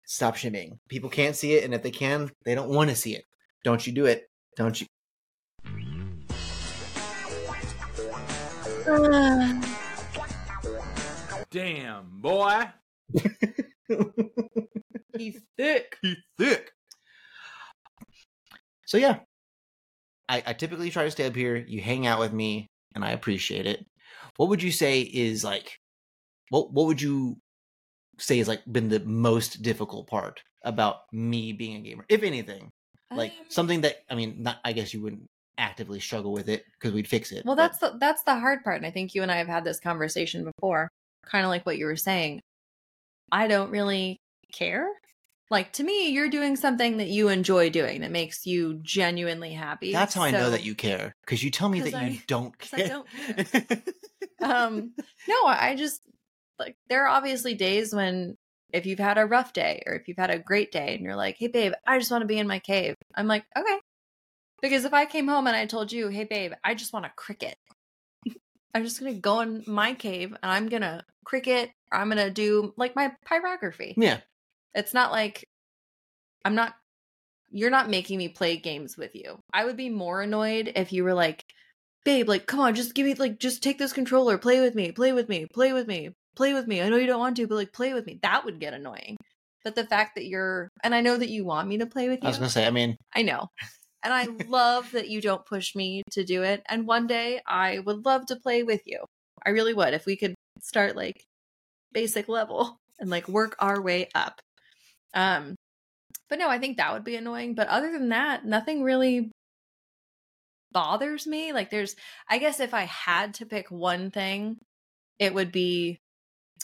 [SPEAKER 2] Stop shimmying. People can't see it, and if they can, they don't want to see it. Don't you do it? Don't you?
[SPEAKER 3] Damn, boy.
[SPEAKER 1] He's thick.
[SPEAKER 2] thick. So yeah, I, I typically try to stay up here. You hang out with me, and I appreciate it. What would you say is like? What What would you say is like been the most difficult part about me being a gamer, if anything? Like
[SPEAKER 1] Um,
[SPEAKER 2] something that I mean, not I guess you wouldn't actively struggle with it because we'd fix it.
[SPEAKER 1] Well,
[SPEAKER 2] but-
[SPEAKER 1] that's the, that's the hard part, and I think you and I have had this conversation before, kind of like what you were saying. I don't really care. Like to me, you're doing something that you enjoy doing that makes you genuinely happy.
[SPEAKER 2] that's how I know
[SPEAKER 1] So,
[SPEAKER 2] that you care because you tell me
[SPEAKER 1] 'Cause
[SPEAKER 2] that you
[SPEAKER 1] I-
[SPEAKER 2] don't
[SPEAKER 1] 'cause I
[SPEAKER 2] care.
[SPEAKER 1] don't Um, no, I I just like there are obviously days when if you've had a rough day or if you've had a great day and you're like, "Hey babe, I just want to be in my cave." I'm like, "Okay." Because if I came home and I told you, "Hey babe, I just want a cricket." I'm just gonna go in my cave and I'm gonna cricket. Or I'm gonna do like my pyrography.
[SPEAKER 2] Yeah.
[SPEAKER 1] It's not like I'm not. You're not making me play games with you. I would be more annoyed if you were like, "Babe, like, come on, just give me, like, just take this controller, play with me, play with me, play with me, play with me. I know you don't want to, but like, play with me." That would get annoying. But the fact that you're, and I know that you want me to play with you.
[SPEAKER 2] I was gonna say. I mean,
[SPEAKER 1] I know. And I love that you don't push me to do it. And one day I would love to play with you. I really would if we could start like basic level and like work our way up. Um but no, I think that would be annoying, but other than that, nothing really bothers me. Like there's I guess if I had to pick one thing, it would be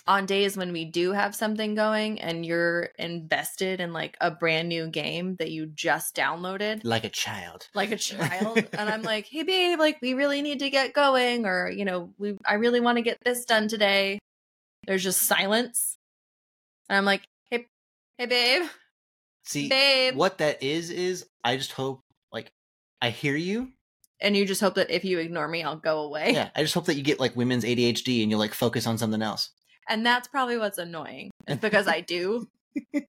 [SPEAKER 1] on days when we do have something going and you're invested in like a brand new game that you just downloaded
[SPEAKER 2] like a child.
[SPEAKER 1] like a child and i'm like hey babe like we really need to get going or you know we i really want to get this done today there's just silence and i'm like hey hey babe
[SPEAKER 2] See,
[SPEAKER 1] babe
[SPEAKER 2] what that is is I just hope like I hear you.
[SPEAKER 1] and you just hope that if you ignore me i'll go away
[SPEAKER 2] Yeah, I just hope that you get like women's ADHD and you like focus on something else.
[SPEAKER 1] and that's probably what's annoying it's because i do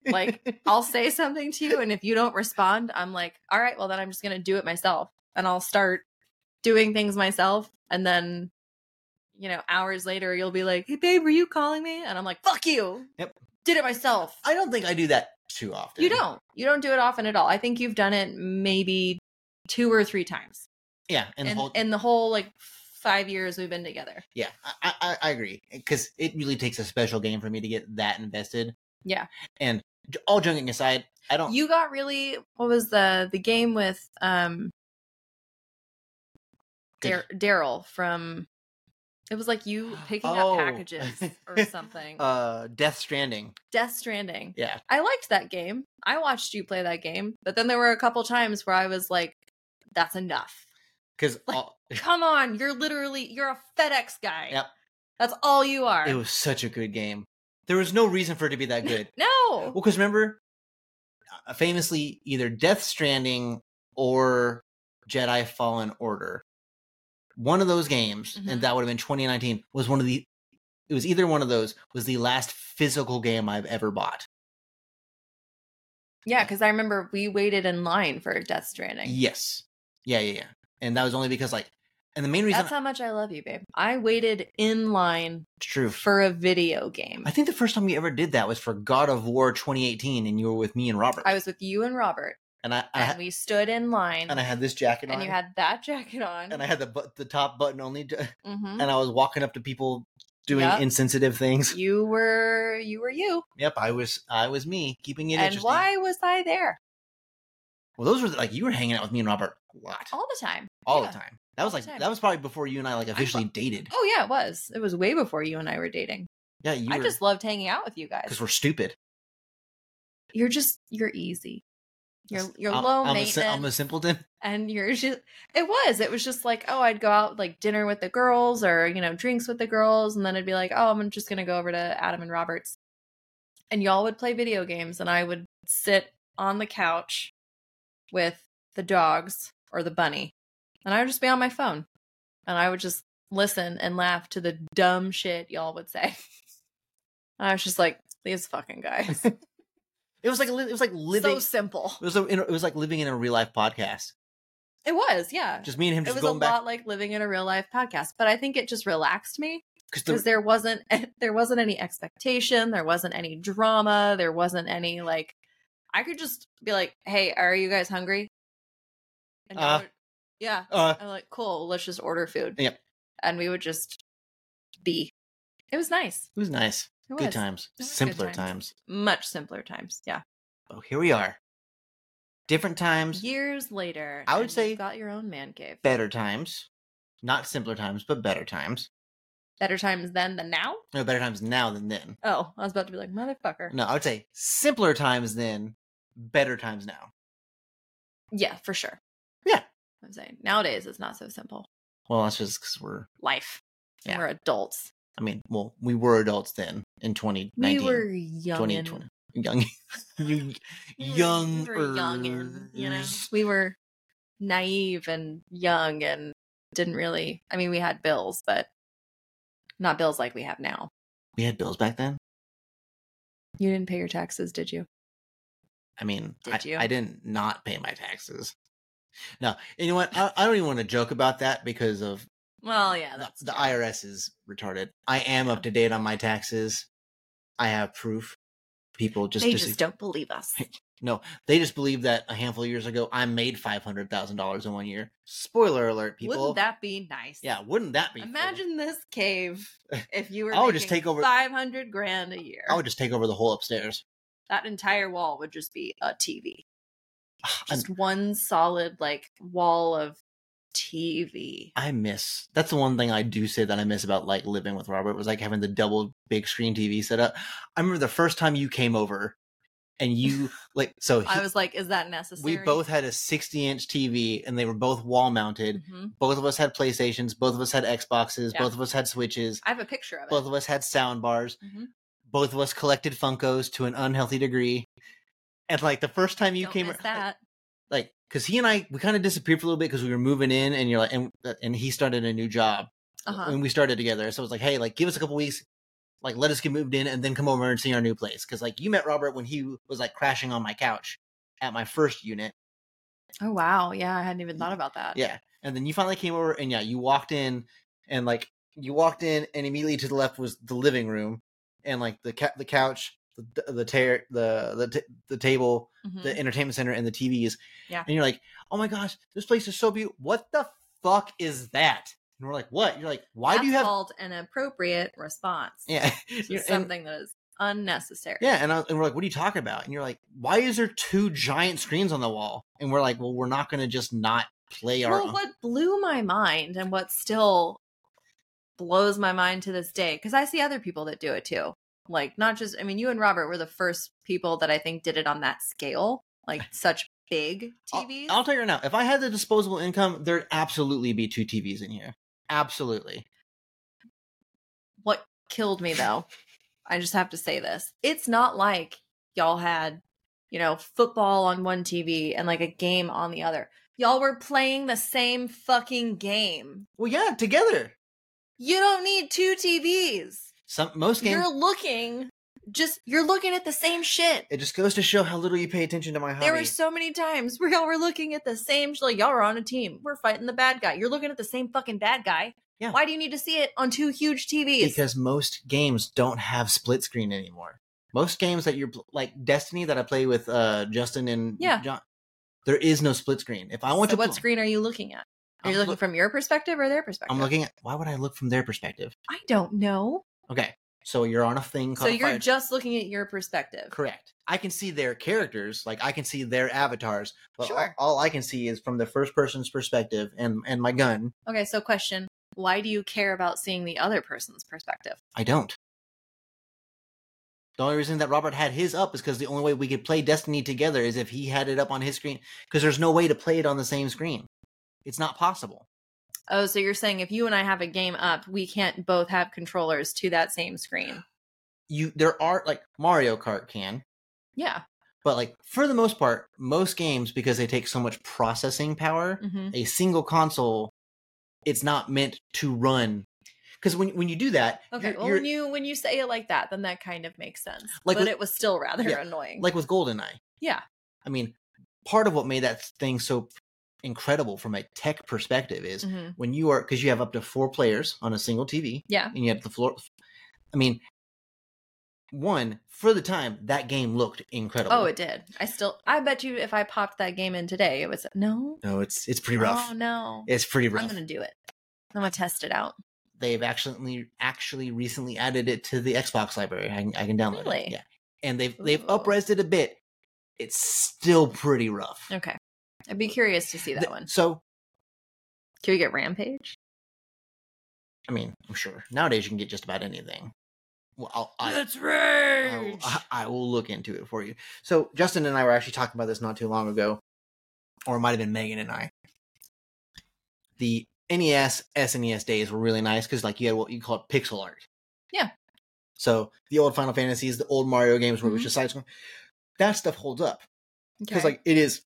[SPEAKER 1] Like- i'll say something to you and if you don't respond i'm like all right well then i'm just gonna do it myself and i'll start doing things myself and then you know hours later you'll be like hey babe were you calling me and i'm like fuck you
[SPEAKER 2] Yep.
[SPEAKER 1] did it myself
[SPEAKER 2] I don't think I do that too often.
[SPEAKER 1] You don't. You don't do it often at all. I think you've done it maybe two or three times
[SPEAKER 2] Yeah, and,
[SPEAKER 1] in,
[SPEAKER 2] the whole,
[SPEAKER 1] in the whole like five years we've been together.
[SPEAKER 2] yeah, I, I I agree because it really takes a special game for me to get that invested.
[SPEAKER 1] Yeah.
[SPEAKER 2] and j- all joking aside, I don't.
[SPEAKER 1] You got really what was the the game with um Dar- Daryl from? It was like you picking
[SPEAKER 2] Oh.
[SPEAKER 1] up packages or something.
[SPEAKER 2] uh, Death Stranding.
[SPEAKER 1] Death Stranding.
[SPEAKER 2] Yeah,
[SPEAKER 1] I liked that game. I watched you play that game, but then there were a couple times where I was like, "That's enough."
[SPEAKER 2] because
[SPEAKER 1] Like- Come on, you're literally you're a FedEx guy.
[SPEAKER 2] Yep.
[SPEAKER 1] That's all you are.
[SPEAKER 2] it was such a good game. There was no reason for it to be that good.
[SPEAKER 1] no.
[SPEAKER 2] Well, because remember, uh, famously, either Death Stranding or Jedi Fallen Order, one of those games,
[SPEAKER 1] Mhm.
[SPEAKER 2] and that would have been 2019, was one of the. It was either one of those was the last physical game I've ever bought.
[SPEAKER 1] yeah, because I remember we waited in line for Death Stranding.
[SPEAKER 2] Yes, yeah, yeah, yeah, and that was only because like, and the main reason
[SPEAKER 1] That's how much I love you, babe. I waited in line
[SPEAKER 2] it's true.
[SPEAKER 1] for a video game.
[SPEAKER 2] I think the first time we ever did that was for God of War 2018, and you were with me and Robert,
[SPEAKER 1] I was with you and Robert,
[SPEAKER 2] and I, I
[SPEAKER 1] and
[SPEAKER 2] ha-
[SPEAKER 1] we stood in line,
[SPEAKER 2] and I had this jacket
[SPEAKER 1] and
[SPEAKER 2] on,
[SPEAKER 1] you had that jacket on.
[SPEAKER 2] and I had the but- the top button only. j-
[SPEAKER 1] hmm
[SPEAKER 2] and I was walking up to people doing
[SPEAKER 1] Yep.
[SPEAKER 2] insensitive things.
[SPEAKER 1] You were you were you,
[SPEAKER 2] Yep, I was I was me keeping it
[SPEAKER 1] and
[SPEAKER 2] interesting.
[SPEAKER 1] why was I there
[SPEAKER 2] Well, those were like you were hanging out with me and Robert a lot, all,
[SPEAKER 1] all the time? Oh, yeah.
[SPEAKER 2] the time. That was
[SPEAKER 1] all
[SPEAKER 2] like
[SPEAKER 1] the time.
[SPEAKER 2] that was probably before you and I like officially dated.
[SPEAKER 1] Oh yeah, it was. It was way before you and I were dating.
[SPEAKER 2] Yeah, you
[SPEAKER 1] I
[SPEAKER 2] were
[SPEAKER 1] just loved hanging out with you guys.
[SPEAKER 2] because we're stupid.
[SPEAKER 1] you're just you're easy. You're you're
[SPEAKER 2] I'm-
[SPEAKER 1] low
[SPEAKER 2] I'm a,
[SPEAKER 1] maintenance,
[SPEAKER 2] si- I'm a simpleton.
[SPEAKER 1] and you're just. It was. It was just like, oh, I'd go out like dinner with the girls, or you know, drinks with the girls, and then I'd be like, oh, I'm just gonna go over to Adam and Roberts, and y'all would play video games, and I would sit on the couch with the dogs or the bunny, and I would just be on my phone, and I would just listen and laugh to the dumb shit y'all would say. And I was just like, these fucking guys,
[SPEAKER 2] It was like li- it was like
[SPEAKER 1] so
[SPEAKER 2] living.
[SPEAKER 1] simple.
[SPEAKER 2] it was a, it was like living in a real life podcast.
[SPEAKER 1] It was, yeah.
[SPEAKER 2] Just me and him
[SPEAKER 1] it
[SPEAKER 2] just
[SPEAKER 1] was a
[SPEAKER 2] going back
[SPEAKER 1] lot like living in a real life podcast, but I think it just relaxed me
[SPEAKER 2] because
[SPEAKER 1] because there wasn't there wasn't any expectation, there wasn't any drama, there wasn't any like I could just be like, "Hey, are you guys hungry?" And y'all
[SPEAKER 2] Uh.
[SPEAKER 1] would- yeah,
[SPEAKER 2] uh,
[SPEAKER 1] I'm like, "Cool, let's just order food."
[SPEAKER 2] Yep.
[SPEAKER 1] And we would just be. It was nice.
[SPEAKER 2] it was nice.
[SPEAKER 1] It was
[SPEAKER 2] Good times,
[SPEAKER 1] It was good
[SPEAKER 2] simpler
[SPEAKER 1] times.
[SPEAKER 2] times.
[SPEAKER 1] Much simpler times. Yeah.
[SPEAKER 2] Oh, here we are. Different times,
[SPEAKER 1] Years later,
[SPEAKER 2] I would
[SPEAKER 1] and you've
[SPEAKER 2] say-
[SPEAKER 1] got your own man cave.
[SPEAKER 2] better times, not simpler times, but better times.
[SPEAKER 1] Better times then than now.
[SPEAKER 2] No, better times now than then.
[SPEAKER 1] Oh, I was about to be like, motherfucker.
[SPEAKER 2] No, I would say simpler times then, better times now.
[SPEAKER 1] Yeah, for sure.
[SPEAKER 2] Yeah.
[SPEAKER 1] I'm saying nowadays it's not so simple.
[SPEAKER 2] Well, that's just because we're,
[SPEAKER 1] Life.
[SPEAKER 2] Yeah.
[SPEAKER 1] We're adults.
[SPEAKER 2] I mean, well, we were adults then in 2019.
[SPEAKER 1] We were young.
[SPEAKER 2] 2020. Young. young.
[SPEAKER 1] young. We were youngin', you know. We were naive and young and didn't really I mean we had bills, but not bills like we have now.
[SPEAKER 2] We had bills back then.
[SPEAKER 1] You didn't pay your taxes, did you?
[SPEAKER 2] I mean,
[SPEAKER 1] Did
[SPEAKER 2] I,
[SPEAKER 1] you?
[SPEAKER 2] I didn't not pay my taxes. No, you know what? I, I don't even want to joke about that because of
[SPEAKER 1] Well, Oh, yeah,
[SPEAKER 2] the,
[SPEAKER 1] that's
[SPEAKER 2] the IRS is retarded. I am up to date on my taxes. I have proof. People just
[SPEAKER 1] they
[SPEAKER 2] dis-
[SPEAKER 1] just don't believe us.
[SPEAKER 2] they just believe that a handful of years ago I made five hundred thousand dollars in one year. Spoiler alert, people.
[SPEAKER 1] Wouldn't that be nice?
[SPEAKER 2] yeah, wouldn't that be? funny?
[SPEAKER 1] Imagine this cave if you were
[SPEAKER 2] I would just
[SPEAKER 1] making
[SPEAKER 2] take over-
[SPEAKER 1] 500 grand a year.
[SPEAKER 2] I would just take over the whole upstairs.
[SPEAKER 1] that entire wall would just be a TV.
[SPEAKER 2] I,
[SPEAKER 1] Just one solid like wall of TV.
[SPEAKER 2] I miss. That's the one thing I do say that I miss about like living with Robert was like having the double big screen TV set up. I remember the first time you came over, and you like so.
[SPEAKER 1] I
[SPEAKER 2] he-
[SPEAKER 1] was like, is that necessary?
[SPEAKER 2] we both had a sixty inch TV, and they were both wall mounted.
[SPEAKER 1] Mhm.
[SPEAKER 2] Both of us had PlayStations. Both of us had Xboxes.
[SPEAKER 1] Yeah.
[SPEAKER 2] Both of us had Switches.
[SPEAKER 1] I have a picture of it.
[SPEAKER 2] Both of us had sound bars.
[SPEAKER 1] Mhm.
[SPEAKER 2] Both of us collected Funkos to an unhealthy degree. And like the first time you
[SPEAKER 1] Don't
[SPEAKER 2] came,
[SPEAKER 1] miss
[SPEAKER 2] ar-
[SPEAKER 1] that.
[SPEAKER 2] like because he and I we kind of disappeared for a little bit because we were moving in, and you're like, and uh, and he started a new job,
[SPEAKER 1] Uh-huh.
[SPEAKER 2] and we started together. So it's like, hey, like give us a couple weeks, like let us get moved in, and then come over and see our new place. Because like you met Robert when he was like crashing on my couch at my first unit,
[SPEAKER 1] Oh wow, yeah, I hadn't even thought about that.
[SPEAKER 2] yeah. And then you finally came over and yeah, you walked in and like you walked in and immediately to the left was the living room and like the ca- the couch, the the tear, the the t- the table,
[SPEAKER 1] Mhm.
[SPEAKER 2] the entertainment center and the TVs.
[SPEAKER 1] Yeah.
[SPEAKER 2] And you're like, "Oh my gosh, this place is so beautiful. What the fuck is that?" And we're like, "What?" You're like, "Why
[SPEAKER 1] That's
[SPEAKER 2] do you have
[SPEAKER 1] called an appropriate response?
[SPEAKER 2] Yeah.
[SPEAKER 1] to
[SPEAKER 2] You're- and-
[SPEAKER 1] something that is unnecessary.
[SPEAKER 2] yeah, and, I, and we're like, "What are you talking about?" And you're like, "Why is there two giant screens on the wall?" And we're like, "Well, we're not going to just not play our
[SPEAKER 1] Well,
[SPEAKER 2] own-
[SPEAKER 1] what blew my mind and what still blows my mind to this day, because I see other people that do it too. Like, not just, I mean, you and Robert were the first people that I think did it on that scale, like such big
[SPEAKER 2] I'll-
[SPEAKER 1] TVs.
[SPEAKER 2] I'll, tell you right now, if I had the disposable income, there'd absolutely be two TVs in here. Absolutely.
[SPEAKER 1] what killed me though, I just have to say this it's not like y'all had, you know, football on one TV and like a game on the other. Y'all were playing the same fucking game.
[SPEAKER 2] Well, yeah, together.
[SPEAKER 1] You don't need two TVs.
[SPEAKER 2] Some most games.
[SPEAKER 1] You're looking just you're looking at the same shit.
[SPEAKER 2] It just goes to show how little you pay attention to my hobby.
[SPEAKER 1] There were so many times where y'all were looking at the same sh- like y'all were on a team. We're fighting the bad guy. You're looking at the same fucking bad guy.
[SPEAKER 2] Yeah.
[SPEAKER 1] Why do you need to see it on two huge TVs?
[SPEAKER 2] because most games don't have split screen anymore. Most games that you're pl- like Destiny that I play with uh Justin and
[SPEAKER 1] Yeah.
[SPEAKER 2] John, there is no split screen. If I want
[SPEAKER 1] So
[SPEAKER 2] to,
[SPEAKER 1] what
[SPEAKER 2] pl-
[SPEAKER 1] screen are you looking at? Are
[SPEAKER 2] I'm
[SPEAKER 1] you looking
[SPEAKER 2] look-
[SPEAKER 1] from your perspective or their perspective?
[SPEAKER 2] I'm looking at. Why would I look from their perspective?
[SPEAKER 1] I don't know.
[SPEAKER 2] Okay, so you're on a thing
[SPEAKER 1] So
[SPEAKER 2] called.
[SPEAKER 1] you're
[SPEAKER 2] Fire-
[SPEAKER 1] just looking at your perspective.
[SPEAKER 2] Correct. I can see their characters, like I can see their avatars, but all-
[SPEAKER 1] Sure.
[SPEAKER 2] all, I can see is from the first person's perspective and and my gun.
[SPEAKER 1] Okay, so question, why do you care about seeing the other person's perspective?
[SPEAKER 2] I don't. The only reason that Robert had his up is because the only way we could play Destiny together is if he had it up on his screen. Because there's no way to play it on the same screen. It's not possible.
[SPEAKER 1] Oh, so you're saying if you and I have a game up, we can't both have controllers to that same screen.
[SPEAKER 2] You there are like Mario Kart can,
[SPEAKER 1] Yeah.
[SPEAKER 2] but like for the most part, most games because they take so much processing power,
[SPEAKER 1] Mm-hmm.
[SPEAKER 2] a single console, it's not meant to run. Because when when you do that,
[SPEAKER 1] Okay.
[SPEAKER 2] you're-
[SPEAKER 1] well,
[SPEAKER 2] you're-
[SPEAKER 1] when you when you say it like that, then that kind of makes sense.
[SPEAKER 2] Like
[SPEAKER 1] but
[SPEAKER 2] with-
[SPEAKER 1] it was still rather
[SPEAKER 2] yeah,
[SPEAKER 1] annoying.
[SPEAKER 2] like with Goldeneye,
[SPEAKER 1] yeah.
[SPEAKER 2] I mean, part of what made that thing so incredible from a tech perspective is
[SPEAKER 1] Mhm.
[SPEAKER 2] when you are because you have up to four players on a single TV,
[SPEAKER 1] Yeah.
[SPEAKER 2] and you have the floor. I mean, one for the time that game looked incredible.
[SPEAKER 1] Oh, it did. I still. I bet you, if I popped that game in today, it was no.
[SPEAKER 2] no, it's it's pretty rough.
[SPEAKER 1] Oh no.
[SPEAKER 2] It's pretty rough.
[SPEAKER 1] I'm gonna do it. I'm gonna test it out.
[SPEAKER 2] They've actually actually recently added it to the Xbox library. I can, I can download
[SPEAKER 1] Really?
[SPEAKER 2] it. Yeah, and they've they've
[SPEAKER 1] Ooh.
[SPEAKER 2] upresed it a bit. It's still pretty rough.
[SPEAKER 1] Okay. I'd be curious to see that
[SPEAKER 2] Th-
[SPEAKER 1] one.
[SPEAKER 2] So
[SPEAKER 1] Can we get Rampage?
[SPEAKER 2] I mean, I'm sure nowadays you can get just about anything. Well, I'll, I,
[SPEAKER 3] Let's
[SPEAKER 2] I will-
[SPEAKER 3] rage.
[SPEAKER 2] I, I will look into it for you. So Justin and I were actually talking about this not too long ago, or it might have been Megan and I. The E NES SNES days were really nice because like you had what you called pixel art.
[SPEAKER 1] Yeah.
[SPEAKER 2] So the old Final Fantasies, the old Mario games where it was
[SPEAKER 1] Mhm.
[SPEAKER 2] just side scrolling, that stuff holds up because
[SPEAKER 1] Okay.
[SPEAKER 2] like it is,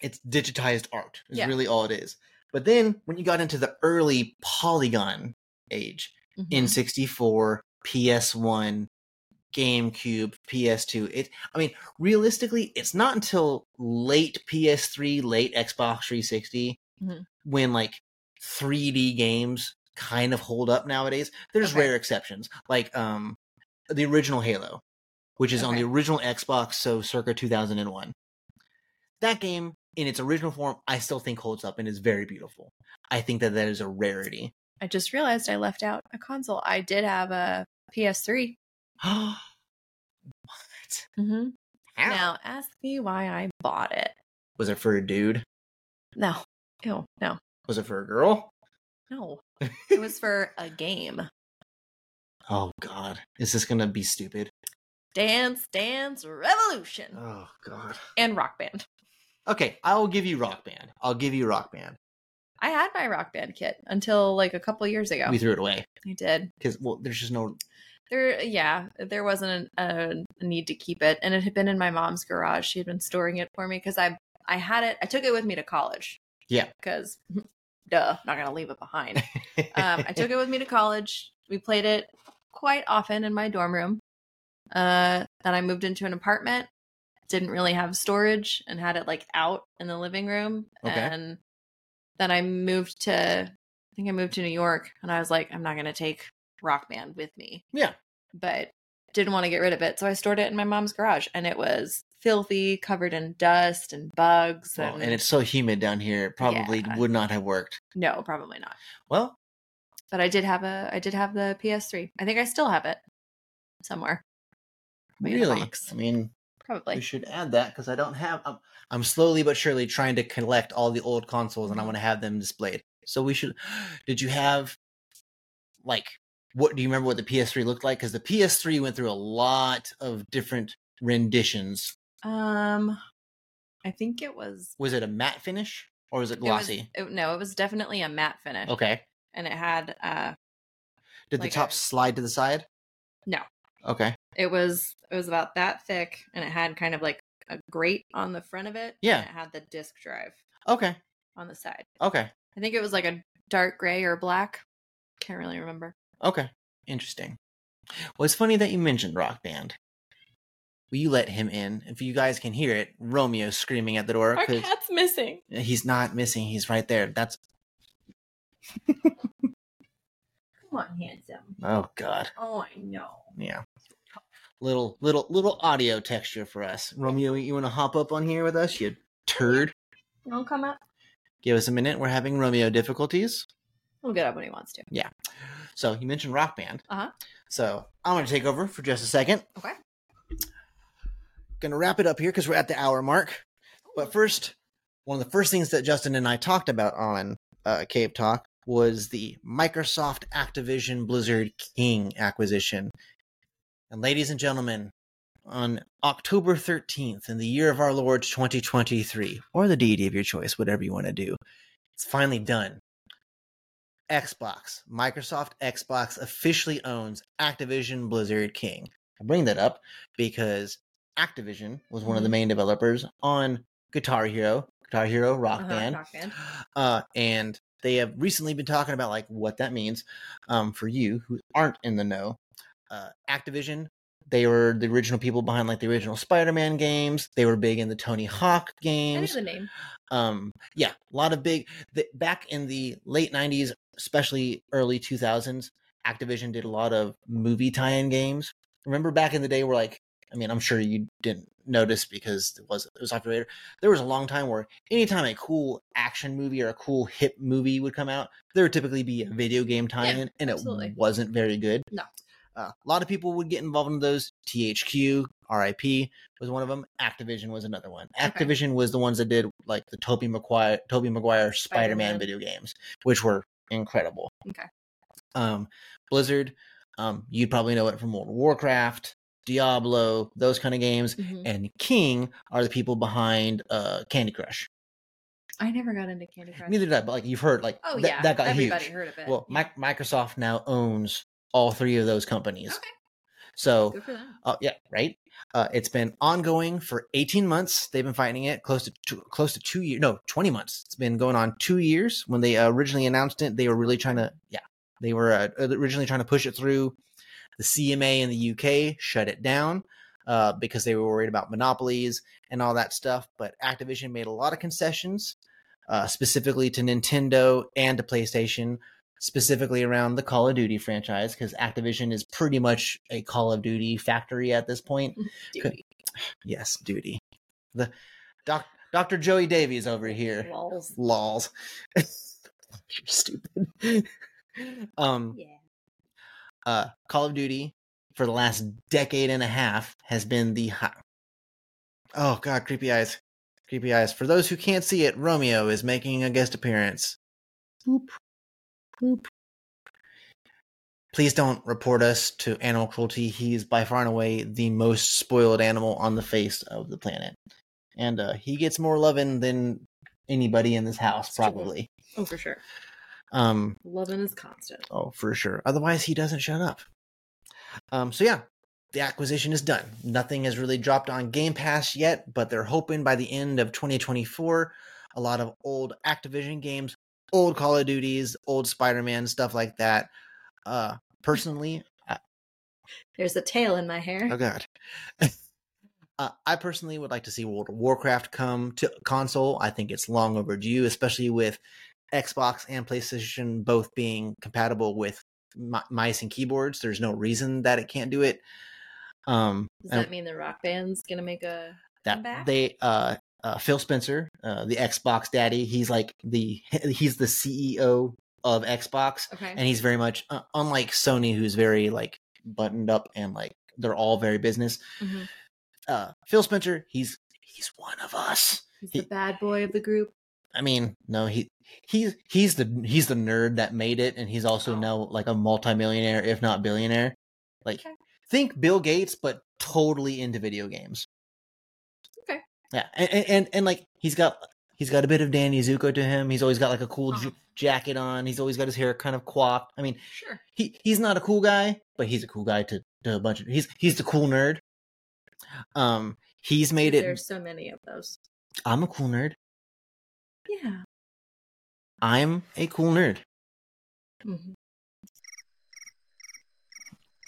[SPEAKER 2] it's digitized art is
[SPEAKER 1] Yeah.
[SPEAKER 2] really all it is. But then when you got into the early polygon age,
[SPEAKER 1] Mm-hmm.
[SPEAKER 2] N64, PS1, GameCube, PS2. It I mean, realistically, it's not until late PS3, late Xbox 360
[SPEAKER 1] Mhm.
[SPEAKER 2] when like 3D games kind of hold up nowadays. There's
[SPEAKER 1] Okay.
[SPEAKER 2] rare exceptions, like um the original Halo, which is on
[SPEAKER 1] Okay.
[SPEAKER 2] the original Xbox, so circa 2001. That game in its original form, I still think holds up and is very beautiful. I think that that is a rarity.
[SPEAKER 1] I just realized I left out a console. I did have a PS3.
[SPEAKER 2] what?
[SPEAKER 1] Mm-hmm.
[SPEAKER 2] How?
[SPEAKER 1] Now ask me why I bought it.
[SPEAKER 2] Was it for a dude?
[SPEAKER 1] No, ew, no,
[SPEAKER 2] Was it for a girl?
[SPEAKER 1] no. it was for a game.
[SPEAKER 2] Oh God, is this gonna be stupid?
[SPEAKER 1] Dance Dance Revolution
[SPEAKER 2] Oh God.
[SPEAKER 1] and Rock Band.
[SPEAKER 2] Okay, I will give you Rock Band. I'll give you Rock Band.
[SPEAKER 1] I had my Rock Band kit until like a couple years ago.
[SPEAKER 2] We threw it away
[SPEAKER 1] I did.
[SPEAKER 2] because well, there's just no.
[SPEAKER 1] There, yeah, there wasn't a, a need to keep it, and it had been in my mom's garage. She had been storing it for me because I, I had it. I took it with me to college.
[SPEAKER 2] Yeah.
[SPEAKER 1] Because, duh, not gonna leave it behind. um, I took it with me to college. We played it quite often in my dorm room. Uh, then I moved into an apartment, didn't really have storage, and had it like out in the living room.
[SPEAKER 2] Okay.
[SPEAKER 1] And then I moved to, I think I moved to New York, and I was like, I'm not going to take Rock Band with me.
[SPEAKER 2] Yeah.
[SPEAKER 1] But didn't want to get rid of it. So I stored it in my mom's garage, and it was filthy, covered in dust and bugs.
[SPEAKER 2] Well,
[SPEAKER 1] and,
[SPEAKER 2] and it's so humid down here. It probably
[SPEAKER 1] Yeah.
[SPEAKER 2] would not have worked.
[SPEAKER 1] no, probably not.
[SPEAKER 2] Well,
[SPEAKER 1] but I did have a I did have the PS3. I think I still have it somewhere. Maybe in a
[SPEAKER 2] really.
[SPEAKER 1] box.
[SPEAKER 2] I mean, we
[SPEAKER 1] Probably.
[SPEAKER 2] should add that because I don't have. I'm, I'm slowly but surely trying to collect all the old consoles,
[SPEAKER 1] Mm-hmm.
[SPEAKER 2] and I want to have them displayed. So we should. Did you have, like, what do you remember what the PS3 looked like? Because the PS3 went through a lot of different renditions.
[SPEAKER 1] Um I think it was
[SPEAKER 2] Was it a matte finish or was it
[SPEAKER 1] it was-
[SPEAKER 2] glossy?
[SPEAKER 1] it- no, it was definitely a matte finish.
[SPEAKER 2] okay.
[SPEAKER 1] And it had uh
[SPEAKER 2] Did
[SPEAKER 1] Like
[SPEAKER 2] the top
[SPEAKER 1] a-
[SPEAKER 2] slide to the side?
[SPEAKER 1] No.
[SPEAKER 2] Okay.
[SPEAKER 1] it was it was about that thick and it had kind of like a grate on the front of it.
[SPEAKER 2] Yeah.
[SPEAKER 1] And it had the disc drive
[SPEAKER 2] Okay.
[SPEAKER 1] on the side.
[SPEAKER 2] Okay.
[SPEAKER 1] I think it was like a dark gray or black. Can't really remember.
[SPEAKER 2] Okay. Interesting. Well, it's funny that you mentioned Rock Band. Will you let him in? If you guys can hear it, Romeo's screaming at the door
[SPEAKER 1] Our
[SPEAKER 2] because
[SPEAKER 1] cat's missing.
[SPEAKER 2] he's not missing. He's right there. That's
[SPEAKER 1] Come on, handsome.
[SPEAKER 2] oh god.
[SPEAKER 1] Oh, I know.
[SPEAKER 2] Yeah. Little little little audio texture for us. Romeo, you want to hop up on here with us? You turd.
[SPEAKER 1] Don't come up.
[SPEAKER 2] Give us a minute. We're having Romeo difficulties.
[SPEAKER 1] He'll get up when he wants to.
[SPEAKER 2] So you mentioned Rock Band.
[SPEAKER 1] Uh-huh.
[SPEAKER 2] So I'm going to take over for just a second.
[SPEAKER 1] Okay.
[SPEAKER 2] Going to wrap it up here because we're at the hour mark. But first, one of the first things that Justin and I talked about on uh, Cave Talk was the Microsoft Activision Blizzard King acquisition. And ladies and gentlemen, on October 13th in the year of our Lord 2023, or the deity of your choice, whatever you want to do, it's finally done. Xbox, Microsoft Xbox officially owns Activision Blizzard King. I bring that up because Activision was one of the main developers on Guitar Hero, Guitar Hero Rock
[SPEAKER 1] Uh-huh,
[SPEAKER 2] Band.
[SPEAKER 1] Rock Band.
[SPEAKER 2] Uh, and they have recently been talking about like what that means um, for you who aren't in the know. Uh, Activision, they were the original people behind like the original Spider-Man games. They were big in the Tony Hawk
[SPEAKER 1] I knew
[SPEAKER 2] games
[SPEAKER 1] the name.
[SPEAKER 2] um yeah a lot of big the, back in the late 90s especially early 2000s activision did a lot of movie tie-in games remember back in the day where like i mean i'm sure you didn't notice because it was it was operator there was a long time where anytime a cool action movie or a cool hip movie would come out there would typically be a video game tie-in and
[SPEAKER 1] absolutely.
[SPEAKER 2] it wasn't very good
[SPEAKER 1] No.
[SPEAKER 2] uh, a lot of people would get involved in those thq rip was one of them. Activision was another one.
[SPEAKER 1] Okay.
[SPEAKER 2] Activision was the ones that did like the Toby McGuire, Toby Maguire Spider-Man
[SPEAKER 1] Spider-Man.
[SPEAKER 2] video games, which were incredible.
[SPEAKER 1] Okay.
[SPEAKER 2] Um, Blizzard, um, you'd probably know it from World of Warcraft, Diablo, those kind of games.
[SPEAKER 1] Mhm.
[SPEAKER 2] And King are the people behind uh, Candy Crush.
[SPEAKER 1] I never got into Candy Crush.
[SPEAKER 2] Neither did I, but like you've heard, like
[SPEAKER 1] oh
[SPEAKER 2] that-
[SPEAKER 1] yeah,
[SPEAKER 2] that got
[SPEAKER 1] everybody
[SPEAKER 2] huge.
[SPEAKER 1] heard of it.
[SPEAKER 2] Well,
[SPEAKER 1] Yeah.
[SPEAKER 2] Mi- Microsoft now owns all three of those companies.
[SPEAKER 1] okay,
[SPEAKER 2] So
[SPEAKER 1] good for them.
[SPEAKER 2] uh, yeah, right. Uh, it's been ongoing for 18 months. They've been fighting it close to two, close to two years. No, 20 months. It's been going on two years. When they uh, originally announced it, they were really trying to yeah They were uh, originally trying to push it through. The CMA in the UK shut it down uh, because they were worried about monopolies and all that stuff. But Activision made a lot of concessions, uh, specifically to Nintendo and to PlayStation, specifically around the Call of Duty franchise, because Activision is pretty much a Call of Duty factory at this point.
[SPEAKER 1] Dude.
[SPEAKER 2] Yes, duty. The doc, Dr. Joey Davies over here.
[SPEAKER 1] Walls.
[SPEAKER 2] Lols. You're stupid. um,
[SPEAKER 4] Yeah.
[SPEAKER 2] uh, Call of Duty for the last decade and a half has been the hot. Oh God, creepy eyes, creepy eyes. For those who can't see it, Romeo is making a guest appearance. Boop, boop. Please don't report us to animal cruelty. He is by far and away the most spoiled animal on the face of the planet, and uh, he gets more loving than anybody in this house,
[SPEAKER 1] That's true.
[SPEAKER 2] probably.
[SPEAKER 1] Oh, for sure.
[SPEAKER 2] Um,
[SPEAKER 1] Loving is constant.
[SPEAKER 2] Oh, for sure. Otherwise, he doesn't shut up. Um, so yeah, the acquisition is done. Nothing has really dropped on Game Pass yet, but they're hoping by the end of 2024, a lot of old Activision games, old Call of Duties, old Spider-Man stuff like that. Uh, personally,
[SPEAKER 1] There's a tail in my hair.
[SPEAKER 2] oh god. Uh, I personally would like to see World of Warcraft come to console. I think it's long overdue, especially with Xbox and PlayStation both being compatible with mi- mice and keyboards. There's no reason that it can't do it. Um,
[SPEAKER 1] Does
[SPEAKER 2] and
[SPEAKER 1] that mean the rock band's gonna make a
[SPEAKER 2] that
[SPEAKER 1] comeback?
[SPEAKER 2] they uh, uh, Phil Spencer, uh, the Xbox daddy, he's like the he's the CEO of Xbox
[SPEAKER 1] okay?
[SPEAKER 2] and he's very much uh, unlike Sony, who's very like buttoned up and like they're all very business.
[SPEAKER 1] Mhm.
[SPEAKER 2] Uh, Phil Spencer, he's he's one of us.
[SPEAKER 1] He's
[SPEAKER 2] he-
[SPEAKER 1] the bad boy of the group.
[SPEAKER 2] I mean, no, he he's he's the he's the nerd that made it, and he's also
[SPEAKER 1] Oh.
[SPEAKER 2] now like a multimillionaire, if not billionaire. Like
[SPEAKER 1] Okay.
[SPEAKER 2] think Bill Gates, but totally into video games.
[SPEAKER 1] Okay.
[SPEAKER 2] Yeah, and and, and, and like he's got. He's got a bit of Danny Zuko to him. He's always got like a cool
[SPEAKER 1] Uh-huh.
[SPEAKER 2] j- jacket on. He's always got his hair kind of quaffed. I mean,
[SPEAKER 1] Sure.
[SPEAKER 2] he he's not a cool guy, but he's a cool guy to, to a bunch of he's he's the cool nerd. Um he's made it
[SPEAKER 1] There's so many of those.
[SPEAKER 2] I'm a cool nerd.
[SPEAKER 1] Yeah.
[SPEAKER 2] I'm a cool nerd.
[SPEAKER 1] Mhm.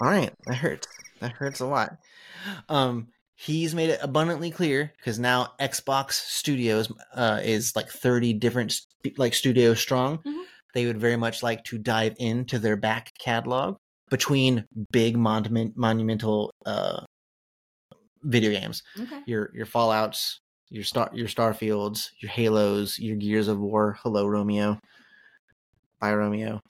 [SPEAKER 2] All right, that hurts. That hurts a lot. Um, he's made it abundantly clear because now Xbox Studios uh, is like thirty different st- like studios strong.
[SPEAKER 1] Mhm.
[SPEAKER 2] They would very much like to dive into their back catalog between big monument monumental uh, video games.
[SPEAKER 1] Okay.
[SPEAKER 2] your your Fallout's, your Star your Starfields, your Halos, your Gears of War. Hello, Romeo. Bye, Romeo.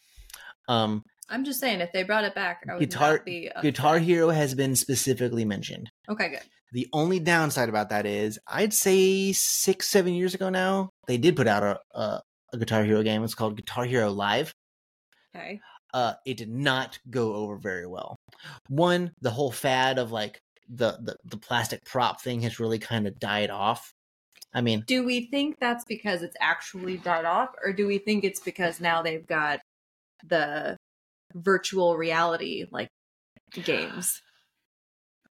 [SPEAKER 2] Um,
[SPEAKER 1] I'm just saying, if they brought it back, I would
[SPEAKER 2] Guitar-
[SPEAKER 1] not be up-
[SPEAKER 2] Guitar Hero has been specifically mentioned.
[SPEAKER 1] Okay, good.
[SPEAKER 2] The only downside about that is, I'd say six, seven years ago now, they did put out a a, a Guitar Hero game. It's called Guitar Hero Live.
[SPEAKER 1] Okay.
[SPEAKER 2] Uh, it did not go over very well. One, the whole fad of like the the, the plastic prop thing has really kind of died off. I mean,
[SPEAKER 1] Do we think that's because it's actually died off, or do we think it's because now they've got the virtual reality like games?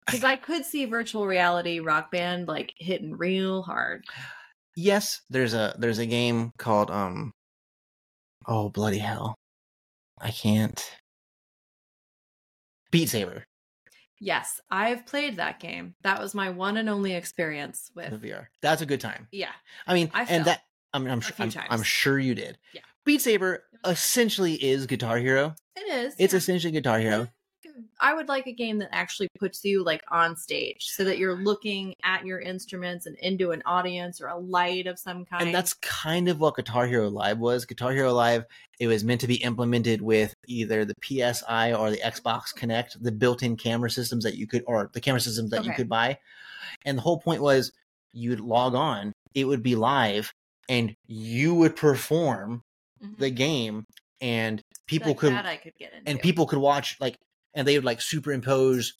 [SPEAKER 1] Because I could see virtual reality rock band like hitting real hard.
[SPEAKER 2] yes there's a there's a game called um oh bloody hell i can't beat saber
[SPEAKER 1] Yes, I've played that game. That was my one and only experience
[SPEAKER 2] in the
[SPEAKER 1] with.
[SPEAKER 2] vr that's a good time
[SPEAKER 1] Yeah,
[SPEAKER 2] i mean
[SPEAKER 1] I fell
[SPEAKER 2] and that i mean i'm
[SPEAKER 1] a
[SPEAKER 2] sure
[SPEAKER 1] few
[SPEAKER 2] I'm,
[SPEAKER 1] times.
[SPEAKER 2] I'm sure you did
[SPEAKER 1] Yeah.
[SPEAKER 2] beat saber essentially is guitar hero
[SPEAKER 1] it is.
[SPEAKER 2] it's
[SPEAKER 1] yeah.
[SPEAKER 2] essentially guitar hero
[SPEAKER 1] I would like a game that actually puts you like on stage so that you're looking at your instruments and into an audience or a light of some kind.
[SPEAKER 2] and that's kind of what guitar hero live was guitar hero live it was meant to be implemented with either the psi or the xbox connect the built-in camera systems that you could or the camera systems that you
[SPEAKER 1] Okay.
[SPEAKER 2] could buy and the whole point was you'd log on it would be live and you would perform
[SPEAKER 1] Mhm.
[SPEAKER 2] the game and people
[SPEAKER 1] Like
[SPEAKER 2] could
[SPEAKER 1] that I could get into.
[SPEAKER 2] and people could watch like and they would like superimpose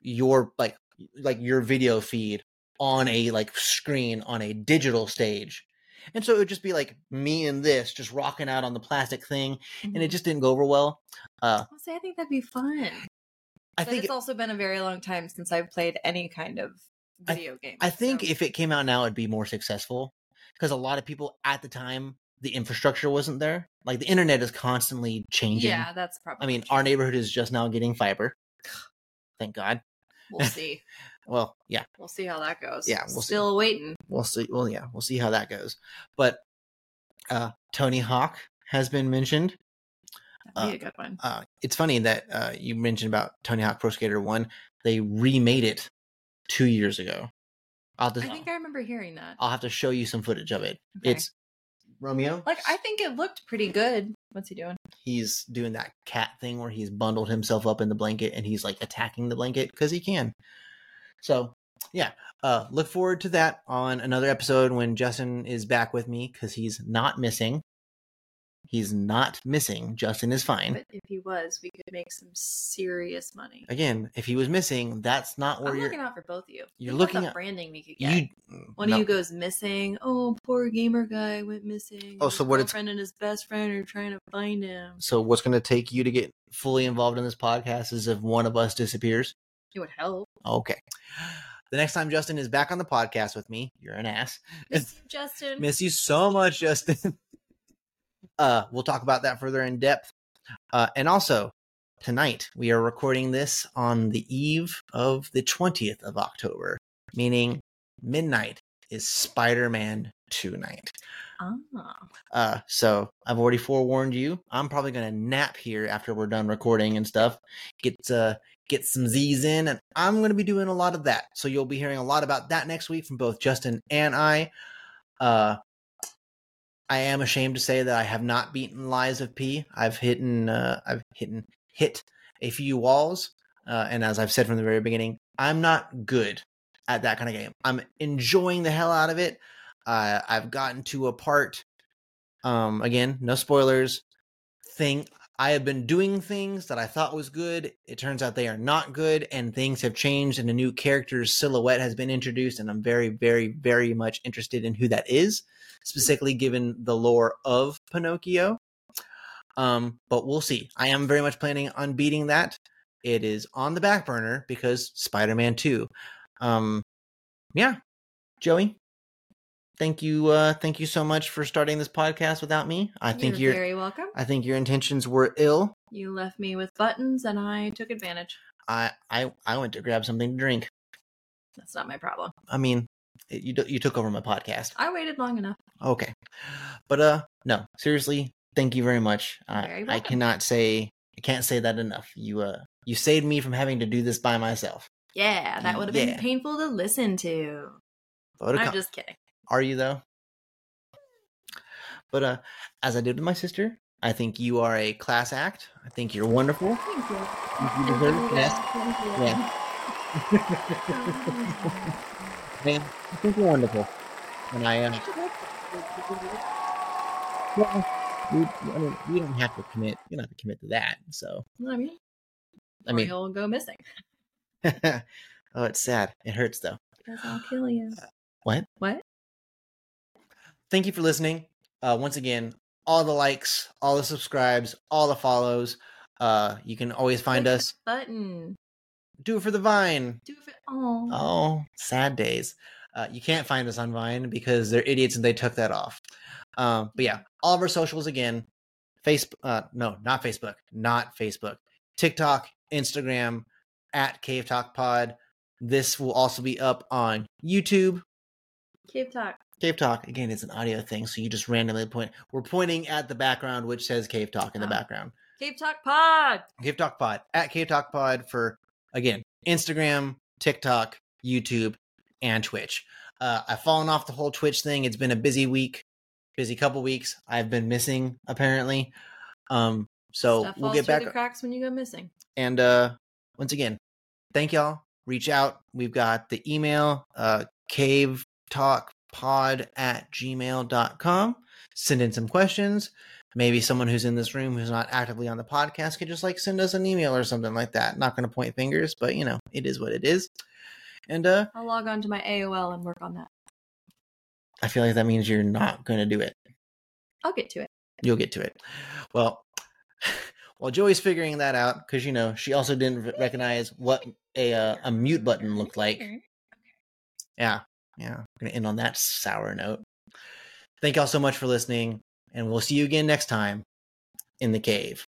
[SPEAKER 2] your like like your video feed on a like screen on a digital stage and so it would just be like me and this just rocking out on the plastic thing and it
[SPEAKER 1] Mm-hmm.
[SPEAKER 2] just didn't go over well uh
[SPEAKER 1] I'll say I think that'd be fun.
[SPEAKER 2] i
[SPEAKER 1] but
[SPEAKER 2] think
[SPEAKER 1] it's also been a very long time since I've played any kind of
[SPEAKER 2] I-
[SPEAKER 1] video game.
[SPEAKER 2] i think
[SPEAKER 1] so-
[SPEAKER 2] if it came out now it'd be more successful because a lot of people at the time the infrastructure wasn't there. Like the internet is constantly changing.
[SPEAKER 1] Yeah, that's probably.
[SPEAKER 2] I mean, our neighborhood is just now getting fiber. Thank God.
[SPEAKER 1] we'll see.
[SPEAKER 2] Well, yeah,
[SPEAKER 1] We'll see how that goes.
[SPEAKER 2] Yeah, we'll see.
[SPEAKER 1] still waiting.
[SPEAKER 2] we'll see. Well, yeah, we'll see how that goes. But uh, Tony Hawk has been mentioned.
[SPEAKER 1] That'd
[SPEAKER 2] Uh,
[SPEAKER 1] be a good one.
[SPEAKER 2] Uh, it's funny that uh, you mentioned about Tony Hawk Pro Skater One. They remade it two years ago. I'll
[SPEAKER 1] I
[SPEAKER 2] just,
[SPEAKER 1] think I remember hearing that.
[SPEAKER 2] I'll have to show you some footage of it.
[SPEAKER 1] Okay.
[SPEAKER 2] It's Romeo.
[SPEAKER 1] Like I think it looked pretty good. What's he doing?
[SPEAKER 2] he's doing that cat thing where he's bundled himself up in the blanket and he's like attacking the blanket because he can. So, yeah, uh, look forward to that on another episode when Justin is back with me because he's not missing. He's not missing. Justin is fine.
[SPEAKER 1] But if he was, we could make some serious money.
[SPEAKER 2] Again, if he was missing, that's not where
[SPEAKER 1] I'm
[SPEAKER 2] you're.
[SPEAKER 1] looking out for both of you. Think
[SPEAKER 2] you're
[SPEAKER 1] about
[SPEAKER 2] looking
[SPEAKER 1] the
[SPEAKER 2] at-
[SPEAKER 1] branding we could get.
[SPEAKER 2] You,
[SPEAKER 1] One
[SPEAKER 2] no.
[SPEAKER 1] of you goes missing. Oh, poor gamer guy went missing.
[SPEAKER 2] Oh,
[SPEAKER 1] His
[SPEAKER 2] so what it's-
[SPEAKER 1] Girlfriend and his best friend are trying to find him.
[SPEAKER 2] So, what's going to take you to get fully involved in this podcast is if one of us disappears.
[SPEAKER 1] It would help.
[SPEAKER 2] Okay. The next time Justin is back on the podcast with me, you're an ass.
[SPEAKER 1] Miss you, Justin.
[SPEAKER 2] Miss you so much, Justin. uh, we'll talk about that further in depth. Uh, and also, tonight we are recording this on the eve of the 20th of October, meaning midnight is Spider Man 2 night.
[SPEAKER 1] ah,
[SPEAKER 2] Uh, so I've already forewarned you. I'm probably gonna nap here after we're done recording and stuff. Get uh get some Z's in, and I'm gonna be doing a lot of that. So you'll be hearing a lot about that next week from both Justin and I. Uh, I am ashamed to say that I have not beaten Lies of P. I've hit uh, I've hit hit a few walls, uh, and as I've said from the very beginning, I'm not good at that kind of game. I'm enjoying the hell out of it. Uh, I've gotten to a part um again no spoilers thing i have been doing things that i thought was good it turns out they are not good and things have changed and a new character's silhouette has been introduced and i'm very very very much interested in who that is specifically given the lore of pinocchio um but we'll see i am very much planning on beating that it is on the back burner because spider-man 2 um yeah joey thank you uh thank you so much for starting this podcast without me i think
[SPEAKER 1] you're
[SPEAKER 2] you're
[SPEAKER 1] very welcome.
[SPEAKER 2] i think your intentions were ill
[SPEAKER 1] You left me with buttons, and I took advantage.
[SPEAKER 2] i i i went to grab something to drink
[SPEAKER 1] That's not my problem.
[SPEAKER 2] i mean it, you you took over my podcast
[SPEAKER 1] I waited long enough.
[SPEAKER 2] okay but uh no seriously thank you very much
[SPEAKER 1] Very
[SPEAKER 2] i i
[SPEAKER 1] welcome.
[SPEAKER 2] cannot say i can't say that enough you uh you saved me from having to do this by myself
[SPEAKER 1] Yeah, that would have been
[SPEAKER 2] Yeah.
[SPEAKER 1] painful to listen to.
[SPEAKER 2] Vote of
[SPEAKER 1] I'm
[SPEAKER 2] con-
[SPEAKER 1] just kidding.
[SPEAKER 2] Are you though? But uh, as I did with my sister, I think you are a class act. I think you're wonderful.
[SPEAKER 1] Thank you.
[SPEAKER 2] You deserve it. Yes, ma'am. I think you're wonderful. And I uh, am. Well, we, I mean, we don't have to commit. You don't have to commit to that. So
[SPEAKER 1] I mean,
[SPEAKER 2] I mean,
[SPEAKER 1] you'll go missing.
[SPEAKER 2] oh, it's sad. It hurts though.
[SPEAKER 1] Because I'll kill you.
[SPEAKER 2] What?
[SPEAKER 1] What?
[SPEAKER 2] thank you for listening. Uh, once again, all the likes, all the subscribes, all the follows. Uh, you can always find
[SPEAKER 1] Click
[SPEAKER 2] us.
[SPEAKER 1] that Button.
[SPEAKER 2] Do it for the Vine.
[SPEAKER 1] Do it. Oh.
[SPEAKER 2] Oh, sad days. Uh, you can't find us on Vine because they're idiots and they took that off. Um, but yeah, all of our socials again. Facebook, uh, no, not Facebook, not Facebook. TikTok, Instagram, at Cave Talk Pod. This will also be up on YouTube.
[SPEAKER 1] Cave Talk.
[SPEAKER 2] Cave Talk again it's an audio thing, so you just randomly point. We're pointing at the background, which says Cave Talk in the
[SPEAKER 1] Ah.
[SPEAKER 2] background.
[SPEAKER 1] Cave Talk Pod.
[SPEAKER 2] Cave Talk Pod at Cave Talk Pod for again Instagram, TikTok, YouTube, and Twitch. Uh, I've fallen off the whole Twitch thing. It's been a busy week, busy couple weeks. I've been missing apparently. Um, so
[SPEAKER 1] Stuff
[SPEAKER 2] we'll
[SPEAKER 1] falls
[SPEAKER 2] get
[SPEAKER 1] through
[SPEAKER 2] back
[SPEAKER 1] the cracks when you go missing.
[SPEAKER 2] and uh once again thank y'all reach out we've got the email uh cave talk pod at gmail.com send in some questions maybe someone who's in this room who's not actively on the podcast could just like send us an email or something like that not gonna point fingers but you know it is what it is and uh
[SPEAKER 1] I'll log on to my AOL and work on that.
[SPEAKER 2] i feel like that means you're not gonna do it
[SPEAKER 1] I'll get to it.
[SPEAKER 2] You'll get to it. Well, while Joey's figuring that out, because you know she also didn't re- recognize what a uh, a mute button looked like. Yeah, yeah. I'm gonna end on that sour note. Thank y'all so much for listening. And we'll see you again next time in the cave.